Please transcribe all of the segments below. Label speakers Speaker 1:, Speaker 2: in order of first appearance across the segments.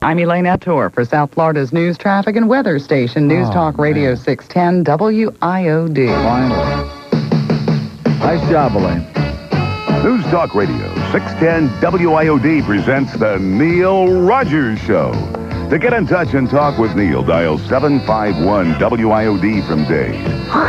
Speaker 1: I'm Elaine Etor for South Florida's news, traffic, and weather station, News
Speaker 2: Oh,
Speaker 1: Talk Radio 610 WIOD.
Speaker 2: Finally. Nice job, Elaine.
Speaker 3: News Talk Radio 610 WIOD presents The Neil Rogers Show. To get in touch and talk with Neil, dial 751 WIOD from Dade.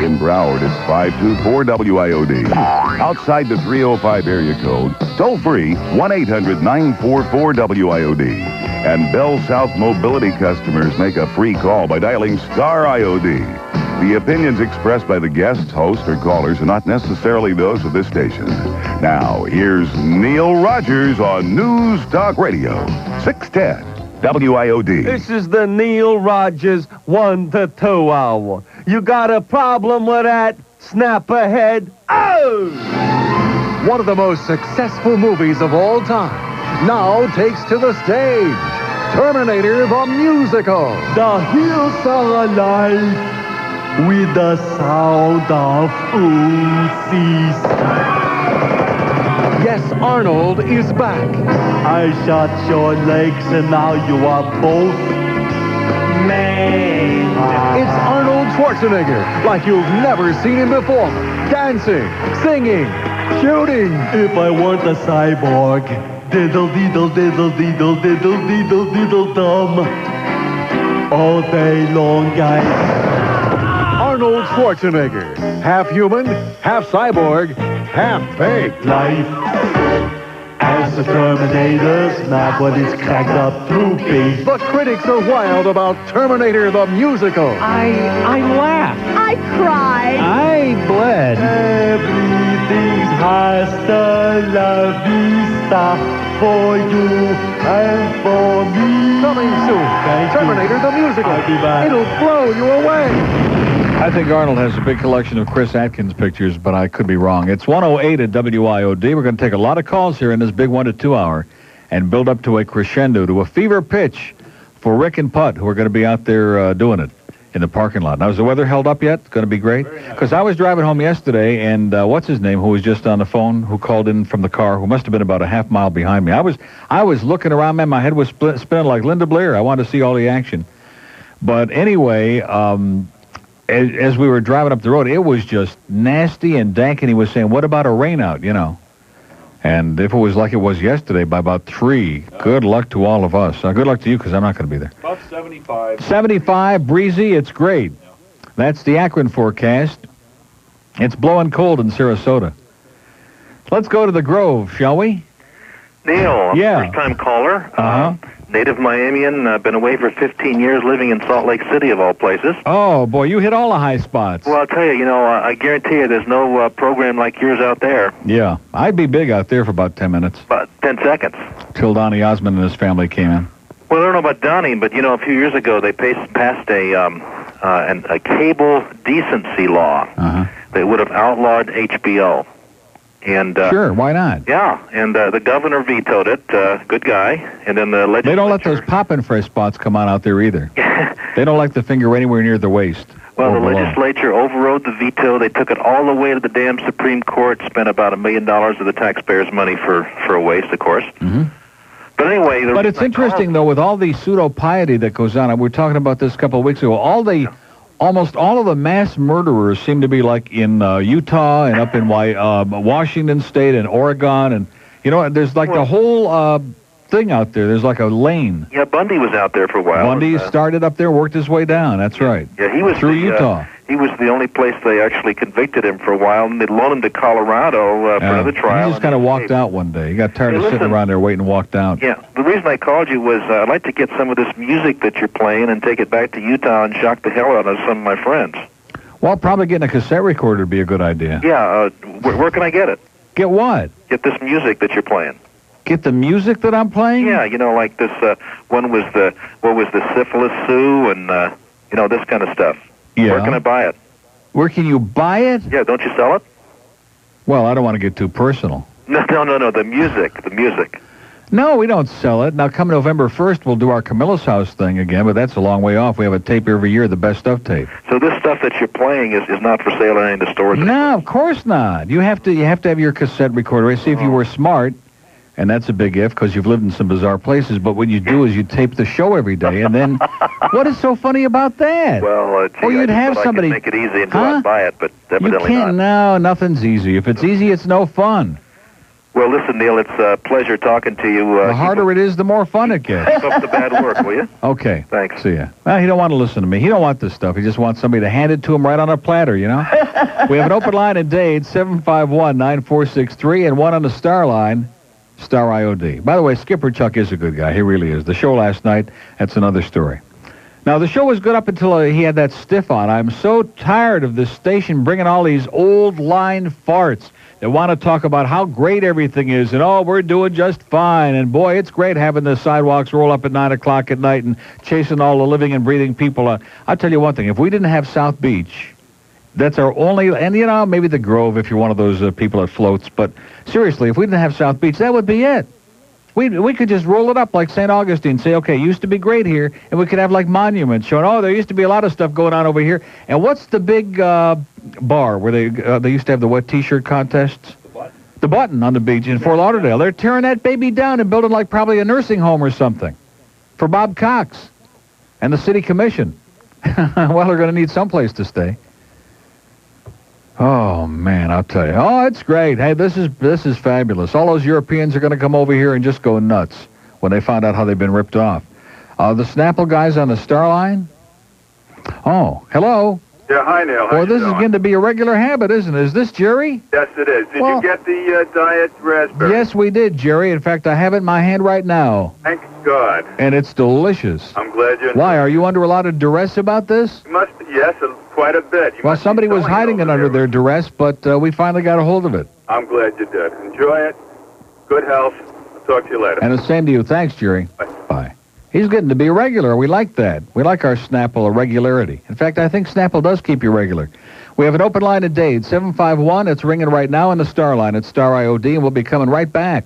Speaker 3: In Broward, it's 524 WIOD. Outside the 305 area code, toll free 1 800 944 WIOD. And Bell South Mobility customers make a free call by dialing STAR IOD. The opinions expressed by the guests, hosts, or callers are not necessarily those of this station. Now, here's Neil Rogers on News Talk Radio, 610 WIOD.
Speaker 4: This is the Neil Rogers one to two hour. You got a problem with that? Snap ahead. Oh!
Speaker 5: One of the most successful movies of all time now takes to the stage Terminator the Musical.
Speaker 4: The hills are alive with the sound of oozes.
Speaker 5: Yes, Arnold is back.
Speaker 4: I shot your legs and now you are both made.
Speaker 5: It's Arnold Schwarzenegger, like you've never seen him before. Dancing, singing, shooting.
Speaker 4: If I weren't a cyborg, diddle diddle diddle diddle diddle diddle diddle dum. All day long, guys.
Speaker 5: Arnold Schwarzenegger, half human, half cyborg, half pig.
Speaker 4: Life as the Terminator's not what it's cracked up to be.
Speaker 5: The critics are wild about Terminator the Musical.
Speaker 6: I I laughed. I cried.
Speaker 7: I bled.
Speaker 4: Everything's hasta la vista for you and for me.
Speaker 5: Coming soon,
Speaker 4: Thank you.
Speaker 5: Terminator the Musical.
Speaker 4: I'll be back.
Speaker 5: It'll blow you away.
Speaker 2: I think Arnold has a big collection of Chris Atkins pictures, but I could be wrong. It's 108 at WIOD. We're going to take a lot of calls here in this big one to two hour and build up to a crescendo, to a fever pitch for Rick and Putt, who are going to be out there uh, doing it in the parking lot. Now, is the weather held up yet? It's going to be great? Because I was driving home yesterday, and uh, what's his name, who was just on the phone, who called in from the car, who must have been about a half mile behind me. I was, I was looking around, man. My head was split, spinning like Linda Blair. I wanted to see all the action. But anyway, um, as, as we were driving up the road, it was just nasty and dank, and he was saying, "What about a rainout?" You know. And if it was like it was yesterday by about three, good luck to all of us. Uh, good luck to you because I'm not going to be there.
Speaker 8: About 75.
Speaker 2: 75 breezy, it's great. That's the Akron forecast. It's blowing cold in Sarasota. Let's go to the Grove, shall we?
Speaker 8: Neil,
Speaker 2: Yeah.
Speaker 8: first time caller.
Speaker 2: Uh-huh.
Speaker 8: Native Miamian, uh, been away for 15 years, living in Salt Lake City of all places.
Speaker 2: Oh boy, you hit all the high spots.
Speaker 8: Well, I'll tell you, you know, uh, I guarantee you there's no uh, program like yours out there.
Speaker 2: Yeah, I'd be big out there for about 10 minutes
Speaker 8: About 10 seconds.
Speaker 2: till Donnie Osmond and his family came in.
Speaker 8: Well, I don't know about Donnie, but, you know, a few years ago they pas- passed a, um, uh, an, a cable decency law
Speaker 2: Uh-huh.
Speaker 8: that would have outlawed HBO. And, uh,
Speaker 2: Sure, why not?
Speaker 8: yeah, and uh, the governor vetoed it. Uh, good guy. And then the legislature.
Speaker 2: They don't let those poppin' fresh spots come on out there either. they don't like the finger anywhere near the waist.
Speaker 8: Well,
Speaker 2: or
Speaker 8: the
Speaker 2: below.
Speaker 8: legislature overrode the veto. They took it all the way to the damn Supreme Court. Spent about a million dollars of the taxpayers' money for for a waste, of course.
Speaker 2: Mhm.
Speaker 8: But anyway, the
Speaker 2: But
Speaker 8: reason
Speaker 2: it's
Speaker 8: I
Speaker 2: interesting
Speaker 8: called-
Speaker 2: though, with all the pseudo piety that goes on. and We were talking about this a couple of weeks ago. All the, almost all of the mass murderers seem to be like in uh, Utah and up in Wy- uh, Washington State and Oregon and you know there's like the
Speaker 8: Well-
Speaker 2: whole uh, thing out there. There's like a lane.
Speaker 8: Yeah, Bundy was out there for a while.
Speaker 2: Bundy
Speaker 8: Uh,
Speaker 2: started up there, worked his way down. That's right.
Speaker 8: yeah, he was
Speaker 2: through
Speaker 8: the, uh,
Speaker 2: Utah.
Speaker 8: he was the only place they actually convicted him for a while, and they loaned him to Colorado uh, for
Speaker 2: Yeah.
Speaker 8: another trial.
Speaker 2: He just
Speaker 8: and
Speaker 2: kind of
Speaker 8: he
Speaker 2: walked
Speaker 8: escaped.
Speaker 2: out one day. He got tired
Speaker 8: Hey,
Speaker 2: of sitting
Speaker 8: listen.
Speaker 2: around there waiting and walked out.
Speaker 8: Yeah, the reason I called you was uh, I'd like to get some of this music that you're playing and take it back to Utah and shock the hell out of some of my friends.
Speaker 2: Well, probably getting a cassette recorder would be a good idea.
Speaker 8: Yeah, uh, where, where can I get it?
Speaker 2: Get what?
Speaker 8: Get this music that you're playing.
Speaker 2: Get the music that I'm playing?
Speaker 8: Yeah, you know, like this. Uh, one was the what was the syphilis Sue, and uh, you know this kind of stuff.
Speaker 2: Yeah.
Speaker 8: Where can I buy it?
Speaker 2: Where can you buy it?
Speaker 8: Yeah, don't you sell it?
Speaker 2: Well, I don't want to get too personal.
Speaker 8: No, no, no, no. The music, the music.
Speaker 2: No, we don't sell it. Now, come November 1st, we'll do our Camilla's House thing again, but that's a long way off. We have a tape every year, the best of tape.
Speaker 8: So this stuff that you're playing is, is not for sale in any of the stores.
Speaker 2: No, of course not. You have to you have to have your cassette recorder. See, if you were smart, And that's a big if because you've lived in some bizarre places. But what you do is you tape the show every day, and then what is so funny about that?
Speaker 8: Well, uh, gee,
Speaker 2: Or you'd
Speaker 8: I just
Speaker 2: have
Speaker 8: thought I could
Speaker 2: somebody-
Speaker 8: make it easy and go out
Speaker 2: Huh?
Speaker 8: and buy it, but
Speaker 2: you
Speaker 8: evidently
Speaker 2: can't.
Speaker 8: not.
Speaker 2: No, nothing's easy. If it's easy, it's no fun.
Speaker 8: Well, listen, Neil, it's a pleasure talking to you. Uh,
Speaker 2: The harder it is, the more fun it gets.
Speaker 8: keep up the bad work, will you?
Speaker 2: Okay.
Speaker 8: Thanks.
Speaker 2: See ya. Well, he don't want to listen to me. He don't want this stuff. He just wants somebody to hand it to him right on a platter, you know? we have an open line in Dade, 751-9463, and one on the star line, star IOD. By the way, Skipper Chuck is a good guy. He really is. The show last night, that's another story. Now, the show was good up until uh, he had that stiff on. I'm so tired of this station bringing all these old line farts that want to talk about how great everything is and, oh, we're doing just fine. And, boy, it's great having the sidewalks roll up at 9 o'clock at night and chasing all the living and breathing people out. I'll tell you one thing. If we didn't have South Beach, that's our only, and, you know, maybe the Grove if you're one of those uh, people that floats. But, seriously, if we didn't have South Beach, that would be it. We, we could just roll it up like St. Augustine, say, okay, used to be great here, and we could have like monuments showing, oh, there used to be a lot of stuff going on over here. And what's the big uh, bar where they uh, they used to have the wet T-shirt contests? The button on the beach in Fort Lauderdale. They're tearing that baby down and building like probably a nursing home or something for Bob Cox and the city commission. well, they're going to need someplace to stay. Oh man, I'll tell you. Oh, it's great. Hey, this is this is fabulous. All those Europeans are going to come over here and just go nuts when they find out how they've been ripped off. Uh, the Snapple guys on the Star Line. Oh, hello.
Speaker 7: Yeah, hi, Neil. How
Speaker 2: Boy,
Speaker 7: you
Speaker 2: this is
Speaker 7: doing?
Speaker 2: going to be a regular habit, isn't it? Is this Jerry?
Speaker 7: Yes, it is. Did
Speaker 2: Well-
Speaker 7: you get the uh, diet raspberry?
Speaker 2: Yes, we did, Jerry. In fact, I have it in my hand right now,
Speaker 7: Thank God.
Speaker 2: and it's delicious.
Speaker 7: I'm glad you're.
Speaker 2: Why are you under a lot of duress about this?
Speaker 7: You must. Yes, a- quite a bit. You
Speaker 2: Well,
Speaker 7: must be
Speaker 2: somebody was
Speaker 7: going
Speaker 2: hiding it
Speaker 7: over
Speaker 2: under
Speaker 7: there.
Speaker 2: their duress, but uh, we finally got a hold of it.
Speaker 7: I'm glad you did. Enjoy it. Good health. I'll talk to you later.
Speaker 2: And the same to you. Thanks, Jerry.
Speaker 7: Bye.
Speaker 2: Bye. He's getting to be regular. We like that. We like our Snapple irregularity. In fact, I think Snapple does keep you regular. We have an open line at Dade, 751. It's ringing right now on the star line at Star IOD, and we'll be coming right back.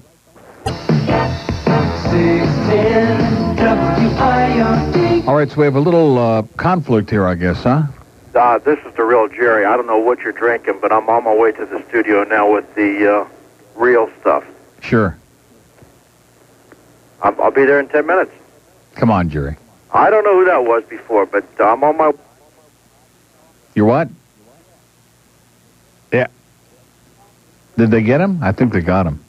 Speaker 9: 610 WIOD.
Speaker 2: All right, so we have a little uh, conflict here, I guess, huh?
Speaker 10: Uh, this is the real Jerry. I don't know what you're drinking, but I'm on my way to the studio now with the uh, real stuff.
Speaker 2: Sure.
Speaker 10: I'm, I'll be there in 10 minutes.
Speaker 2: Come on, Jerry.
Speaker 10: I don't know who that was before, but I'm on my.
Speaker 2: You're what? Yeah. Did they get him? I think they got him.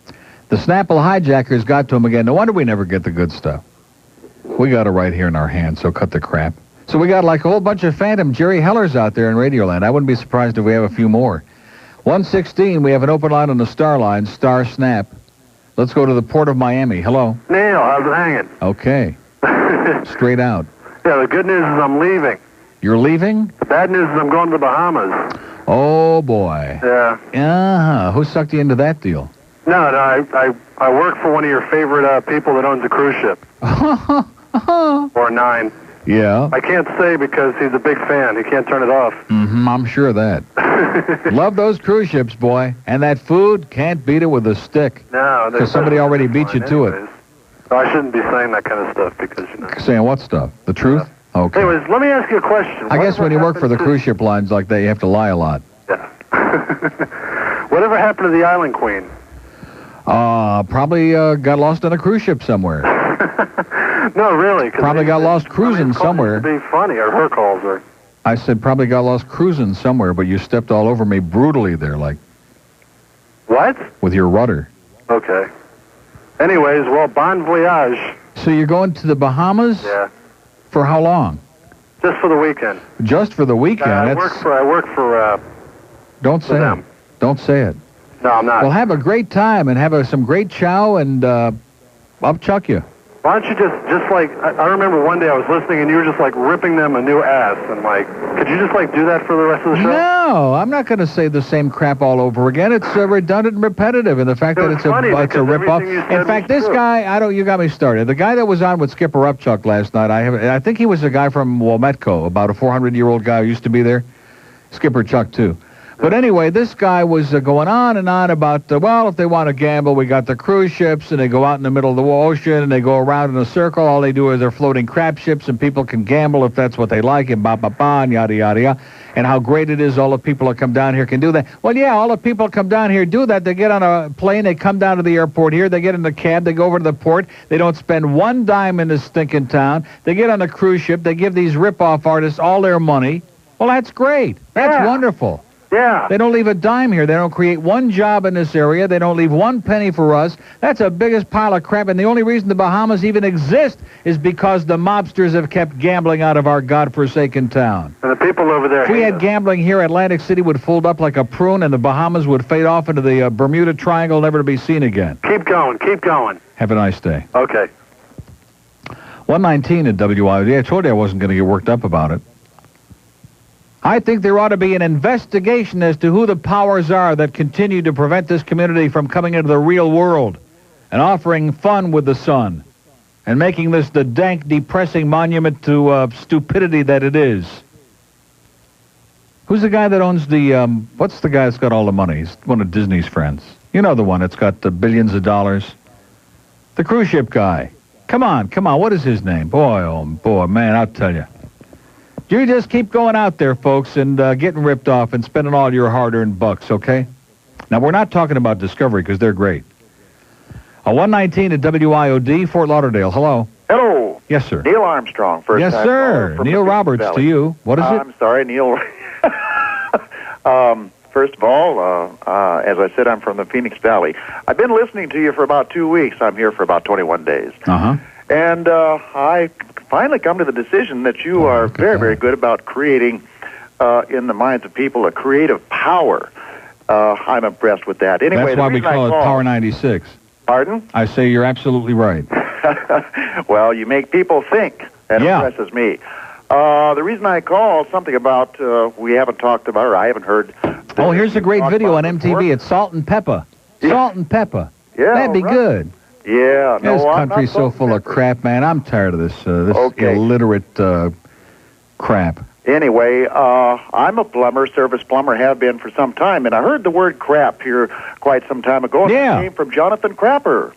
Speaker 2: The Snapple hijackers got to him again. No wonder we never get the good stuff. We got it right here in our hands, so cut the crap. So we got like a whole bunch of phantom Jerry Hellers out there in Radioland. I wouldn't be surprised if we have a few more. 116, we have an open line on the Star Line, Star Snap. Let's go to the port of Miami. Hello.
Speaker 10: Neil, how's it hanging?
Speaker 2: Okay. Straight out.
Speaker 10: Yeah, the good news is I'm leaving.
Speaker 2: You're leaving?
Speaker 10: The bad news is I'm going to the Bahamas.
Speaker 2: Oh, boy.
Speaker 10: Yeah.
Speaker 2: Uh-huh. Who sucked you into that deal?
Speaker 10: No, no, I, I, I work for one of your favorite uh, people that owns a cruise ship. or nine.
Speaker 2: Yeah,
Speaker 10: I can't say because he's a big fan. He can't turn it off.
Speaker 2: hmm I'm sure of that. Love those cruise ships, boy. And that food can't beat it with a stick.
Speaker 10: No.
Speaker 2: Because somebody already beat you to it.
Speaker 10: So I shouldn't be saying that kind of stuff because, you know.
Speaker 2: Saying what stuff? The truth? Okay.
Speaker 10: Anyways, let me ask you a question.
Speaker 2: I guess when you work for the cruise ship lines like that, you have to lie a lot.
Speaker 10: Whatever happened to the Island Queen?
Speaker 2: Uh, probably uh, got lost on a cruise ship somewhere.
Speaker 10: No, really. 'cause
Speaker 2: Probably
Speaker 10: they-
Speaker 2: got lost
Speaker 10: I mean,
Speaker 2: cruising
Speaker 10: his calls used
Speaker 2: somewhere.
Speaker 10: to Be funny, or her calls her.
Speaker 2: I said probably got lost cruising somewhere, but you stepped all over me brutally there, like
Speaker 10: What?
Speaker 2: with your rudder.
Speaker 10: Okay. Anyways, well, bon voyage.
Speaker 2: So you're going to the Bahamas
Speaker 10: Yeah.
Speaker 2: for how long?
Speaker 10: Just for the weekend.
Speaker 2: Just for the weekend?
Speaker 10: uh, I work
Speaker 2: That's
Speaker 10: for. I work for. Uh,
Speaker 2: don't
Speaker 10: for
Speaker 2: say it.
Speaker 10: them. Uh,
Speaker 2: Don't say it.
Speaker 10: No, I'm not.
Speaker 2: Well, have a great time and have a, some great chow, and uh, I'll chuck you.
Speaker 10: Why don't you just just like I, I remember one day I was listening and you were just like ripping them a new ass and like could you just like do that for the rest of the show?
Speaker 2: No, I'm not going to say the same crap all over again. It's uh, redundant and repetitive, and the fact
Speaker 10: It
Speaker 2: that
Speaker 10: was
Speaker 2: it's a
Speaker 10: funny
Speaker 2: it's a
Speaker 10: because
Speaker 2: ripoff.
Speaker 10: everything you said
Speaker 2: In fact,
Speaker 10: was
Speaker 2: this
Speaker 10: true.
Speaker 2: guy, I don't. You got me started. The guy that was on with Skipper Upchuck last night, I have. I think he was a guy from Walmetco, about a 400-year-old guy who used to be there. Skipper Chuck too. But anyway, this guy was uh, going on and on about, uh, well, if they want to gamble, we got the cruise ships, and they go out in the middle of the ocean, and they go around in a circle. All they do is they're floating crab ships, and people can gamble if that's what they like, and ba ba ba, and yada yada yada. and how great it is all the people that come down here can do that. Well, yeah, all the people that come down here do that. They get on a plane, they come down to the airport here, they get in a cab, they go over to the port, they don't spend one dime in this stinking town. They get on a cruise ship, they give these rip-off artists all their money. Well, that's great. That's wonderful.
Speaker 10: Yeah.
Speaker 2: They don't leave a dime here. They don't create one job in this area. They don't leave one penny for us. That's the biggest pile of crap. And the only reason the Bahamas even exist is because the mobsters have kept gambling out of our godforsaken town.
Speaker 10: And the people over there.
Speaker 2: If we had gambling here, Atlantic City would fold up like a prune, and the Bahamas would fade off into the uh, Bermuda Triangle, never to be seen again.
Speaker 10: Keep going. Keep going.
Speaker 2: Have a nice day.
Speaker 10: Okay.
Speaker 2: 119 at WIOD. I told you I wasn't going to get worked up about it. I think there ought to be an investigation as to who the powers are that continue to prevent this community from coming into the real world and offering fun with the sun and making this the dank, depressing monument to uh, stupidity that it is. Who's the guy that owns the, um, what's the guy that's got all the money? He's one of Disney's friends. You know the one that's got the billions of dollars? The cruise ship guy. Come on, come on. What is his name? Boy, oh boy, man, I'll tell you. You just keep going out there, folks, and uh, getting ripped off and spending all your hard-earned bucks, okay? Now, we're not talking about Discovery because they're great. Uh, 119 at WIOD, Fort Lauderdale. Hello.
Speaker 11: Hello.
Speaker 2: Yes, sir.
Speaker 11: Neil Armstrong, first
Speaker 2: yes,
Speaker 11: time caller
Speaker 2: sir.
Speaker 11: from
Speaker 2: Neil
Speaker 11: Mississippi
Speaker 2: Roberts
Speaker 11: Valley.
Speaker 2: to you. What is
Speaker 11: Uh,
Speaker 2: it?
Speaker 11: I'm sorry, Neil. um, first of all, uh, uh, as I said, I'm from the Phoenix Valley. I've been listening to you for about two weeks. I'm here for about 21 days.
Speaker 2: Uh-huh.
Speaker 11: And uh, I finally come to the decision that you
Speaker 2: Oh,
Speaker 11: are very, very good about creating uh, in the minds of people a creative power. Uh, I'm impressed with that. Anyway,
Speaker 2: That's
Speaker 11: the
Speaker 2: why we
Speaker 11: reason I
Speaker 2: call it
Speaker 11: called-
Speaker 2: Power 96.
Speaker 11: Pardon?
Speaker 2: I say you're absolutely right.
Speaker 11: well, you make people think. That
Speaker 2: Yeah.
Speaker 11: impresses me. Uh, the reason I called something about uh, we haven't talked about, or I haven't heard.
Speaker 2: Oh, here's a great video on MTV. It's Salt and Pepper. Salt and Pepper.
Speaker 11: Yeah,
Speaker 2: That'd be
Speaker 11: all right.
Speaker 2: good.
Speaker 11: Yeah, no,
Speaker 2: this
Speaker 11: I'm not
Speaker 2: country's so
Speaker 11: talking-
Speaker 2: full of crap, man. I'm tired of this uh, this
Speaker 11: Okay.
Speaker 2: illiterate uh, crap.
Speaker 11: Anyway, uh, I'm a plumber, service plumber, have been for some time, and I heard the word crap here quite some time ago. and
Speaker 2: Yeah.
Speaker 11: It came from Jonathan Crapper.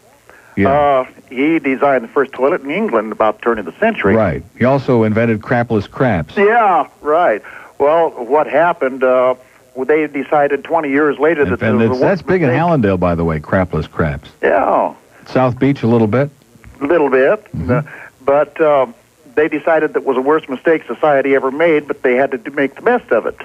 Speaker 2: Yeah.
Speaker 11: Uh, he designed the first toilet in England about the turn of the century.
Speaker 2: Right. He also invented crapless craps.
Speaker 11: Yeah, right. Well, what happened? Uh, well, they decided 20 years later that
Speaker 2: And
Speaker 11: the,
Speaker 2: it's, that's big in Allendale, by the way, crapless craps.
Speaker 11: yeah,
Speaker 2: South Beach a little bit.
Speaker 11: a little bit,
Speaker 2: Mm-hmm.
Speaker 11: Uh, but um, they decided that was the worst mistake society ever made. But they had to do, make the best of it.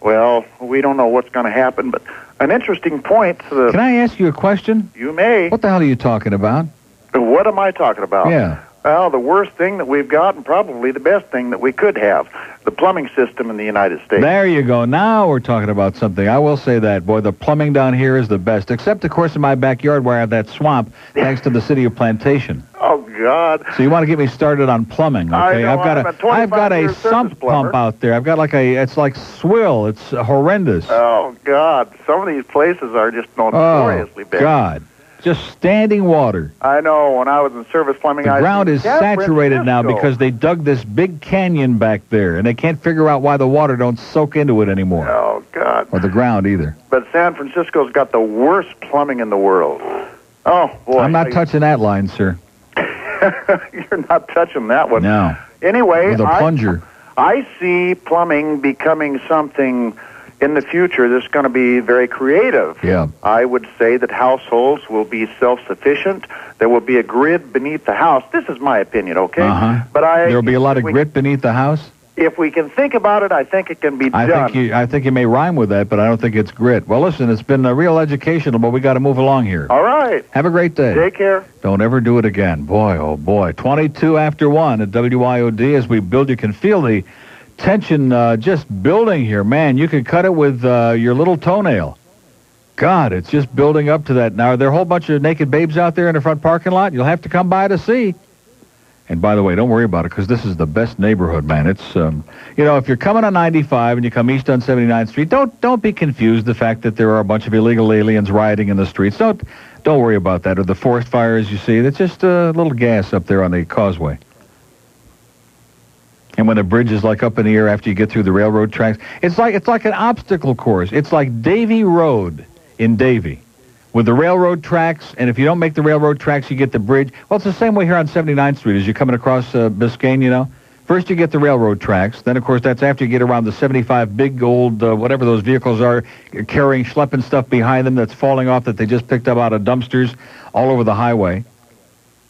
Speaker 11: Well, we don't know what's going to happen, but an interesting point. Uh,
Speaker 2: Can I ask you a question?
Speaker 11: you may.
Speaker 2: What the hell are you talking about?
Speaker 11: What am I talking about?
Speaker 2: Yeah.
Speaker 11: Well, the worst thing that we've got, and probably the best thing that we could have, the plumbing system in the United States.
Speaker 2: There you go. Now we're talking about something. I will say that, boy, the plumbing down here is the best, except, of course, in my backyard where I have that swamp next to the city of Plantation.
Speaker 11: Oh God.
Speaker 2: So you want to get me started on plumbing, okay?
Speaker 11: I know,
Speaker 2: have got
Speaker 11: I'm a
Speaker 2: a, I've got
Speaker 11: 25-year
Speaker 2: a
Speaker 11: service
Speaker 2: sump
Speaker 11: plumber.
Speaker 2: pump out there. I've got like a, it's like swill. It's horrendous.
Speaker 11: Oh God! Some of these places are just notoriously
Speaker 2: oh,
Speaker 11: big.
Speaker 2: God. Just standing water.
Speaker 11: I know. When I was in service plumbing,
Speaker 2: The
Speaker 11: I
Speaker 2: ground
Speaker 11: seen
Speaker 2: is
Speaker 11: San
Speaker 2: saturated now
Speaker 11: Francisco.
Speaker 2: because they dug this big canyon back there, and they can't figure out why the water don't soak into it anymore,
Speaker 11: Oh God!
Speaker 2: or the ground either.
Speaker 11: But San Francisco's got the worst plumbing in the world. Oh boy!
Speaker 2: I'm not touching that line, sir.
Speaker 11: You're not touching that one.
Speaker 2: No,
Speaker 11: Anyway,
Speaker 2: with a
Speaker 11: I,
Speaker 2: plunger.
Speaker 11: I see plumbing becoming something in the future that's going to be very creative.
Speaker 2: Yeah.
Speaker 11: I would say that households will be self-sufficient. There will be a grid beneath the house. This is my opinion, okay?
Speaker 2: Uh-huh.
Speaker 11: But I
Speaker 2: There'll be a lot of
Speaker 11: we-
Speaker 2: grit beneath the house.
Speaker 11: If we can think about it, I think it can be
Speaker 2: I
Speaker 11: done.
Speaker 2: think you, I think you may rhyme with that, but I don't think it's grit. Well, listen, it's been a real educational, but we got to move along here.
Speaker 11: All right.
Speaker 2: Have a great day.
Speaker 11: Take care.
Speaker 2: Don't ever do it again. Boy, oh boy. 22 after 1 at WIOD as we build. You can feel the tension uh, just building here. Man, you could cut it with uh, your little toenail. God, it's just building up to that. Now, are there a whole bunch of naked babes out there in the front parking lot? You'll have to come by to see. And by the way, don't worry about it because this is the best neighborhood, man. It's, um, you know, if you're coming on 95 and you come east on 79th Street, don't don't be confused the fact that there are a bunch of illegal aliens rioting in the streets. Don't don't worry about that or the forest fires you see. That's just a little gas up there on the causeway. And when the bridge is like up in the air after you get through the railroad tracks, it's like it's like an obstacle course. It's like Davy Road in Davy with the railroad tracks, and if you don't make the railroad tracks, you get the bridge. Well, it's the same way here on 79th Street as you're coming across uh, Biscayne, you know, First, you get the railroad tracks. Then, of course, that's after you get around the 75 big old, uh, whatever those vehicles are, carrying schlepping stuff behind them that's falling off that they just picked up out of dumpsters all over the highway.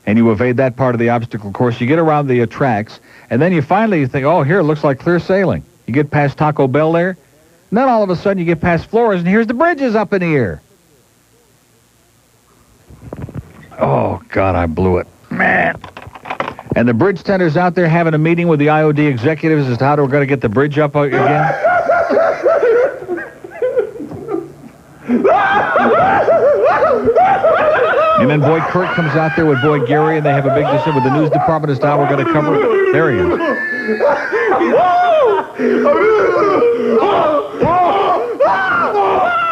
Speaker 2: And you evade that part of the obstacle course. You get around the uh, tracks. And then you finally think, oh, here, it looks like clear sailing. You get past Taco Bell there. And then all of a sudden you get past Flores, and here's the bridges up in the air. Oh, God, I blew it. Man. And the bridge tender's out there having a meeting with the IOD executives as to how they're going to get the bridge up a- again. And then Boyd Kirk comes out there with Boyd Gary, and they have a big decision with the news department as to how we're going to cover it. There he is.
Speaker 9: Whoa!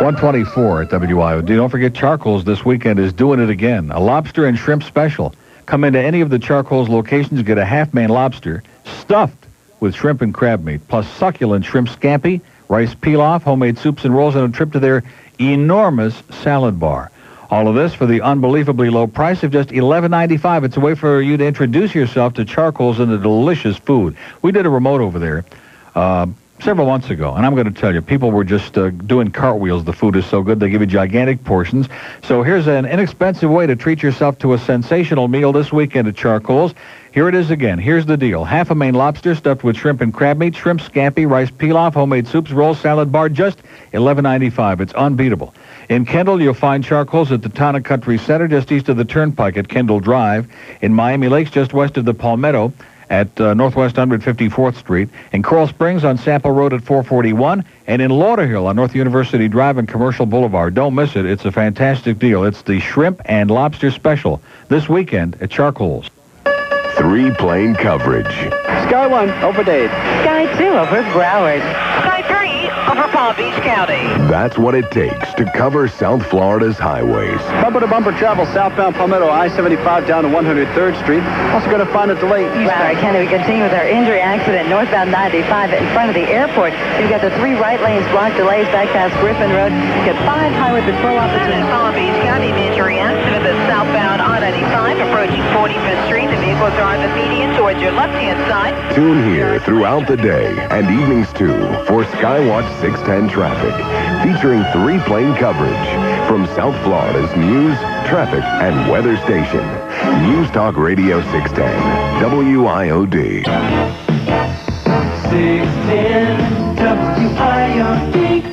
Speaker 2: 124 at WIOD. Don't forget Charcoals this weekend is doing it again. A lobster and shrimp special. Come into any of the Charcoals locations, get a half-man lobster stuffed with shrimp and crab meat, plus succulent shrimp scampi, rice pilaf, homemade soups and rolls, and a trip to their enormous salad bar. All of this for the unbelievably low price of just $11.95. It's a way for you to introduce yourself to Charcoals and the delicious food. We did a remote over there uh, several months ago, and I'm going to tell you, people were just uh, doing cartwheels. The food is so good, they give you gigantic portions. So here's an inexpensive way to treat yourself to a sensational meal this weekend at Charcoal's. Here it is again. Here's the deal. Half a Maine lobster stuffed with shrimp and crab meat, shrimp scampi, rice pilaf, homemade soups, roll salad bar, just $11.95. It's unbeatable. In Kendall, you'll find charcoals at the Tana Country Center just east of the Turnpike at Kendall Drive. In Miami Lakes, just west of the Palmetto at uh, Northwest 154th Street. In Coral Springs on Sample Road at 441. And in Lauderhill on North University Drive and Commercial Boulevard. Don't miss it. It's a fantastic deal. It's the Shrimp and Lobster Special this weekend at Charcoals.
Speaker 3: Three plane coverage.
Speaker 12: Sky 1 over Dade. Sky 2 over Broward.
Speaker 13: Sky 3 over Palm Beach County.
Speaker 3: That's what it takes to cover South Florida's highways.
Speaker 12: Bumper to bumper travel southbound Palmetto I-75 down to 103rd Street. Also going to find a delay
Speaker 13: Broward
Speaker 12: eastbound.
Speaker 13: County, we continue with our injury accident northbound 95 in front of the airport. You've got the three right lanes blocked, delays back past Griffin Road. You've got five highway patrol officers. Palm Beach County, an injury accident that's southbound on 95 approaching 45th Street. The vehicles are on the median towards your left-hand side.
Speaker 3: Tune here throughout the day and evenings too for Skywatch 610 Traffic, featuring three plane coverage from South Florida's news, traffic, and weather station. News Talk Radio 610, WIOD.
Speaker 9: 610 WIOD.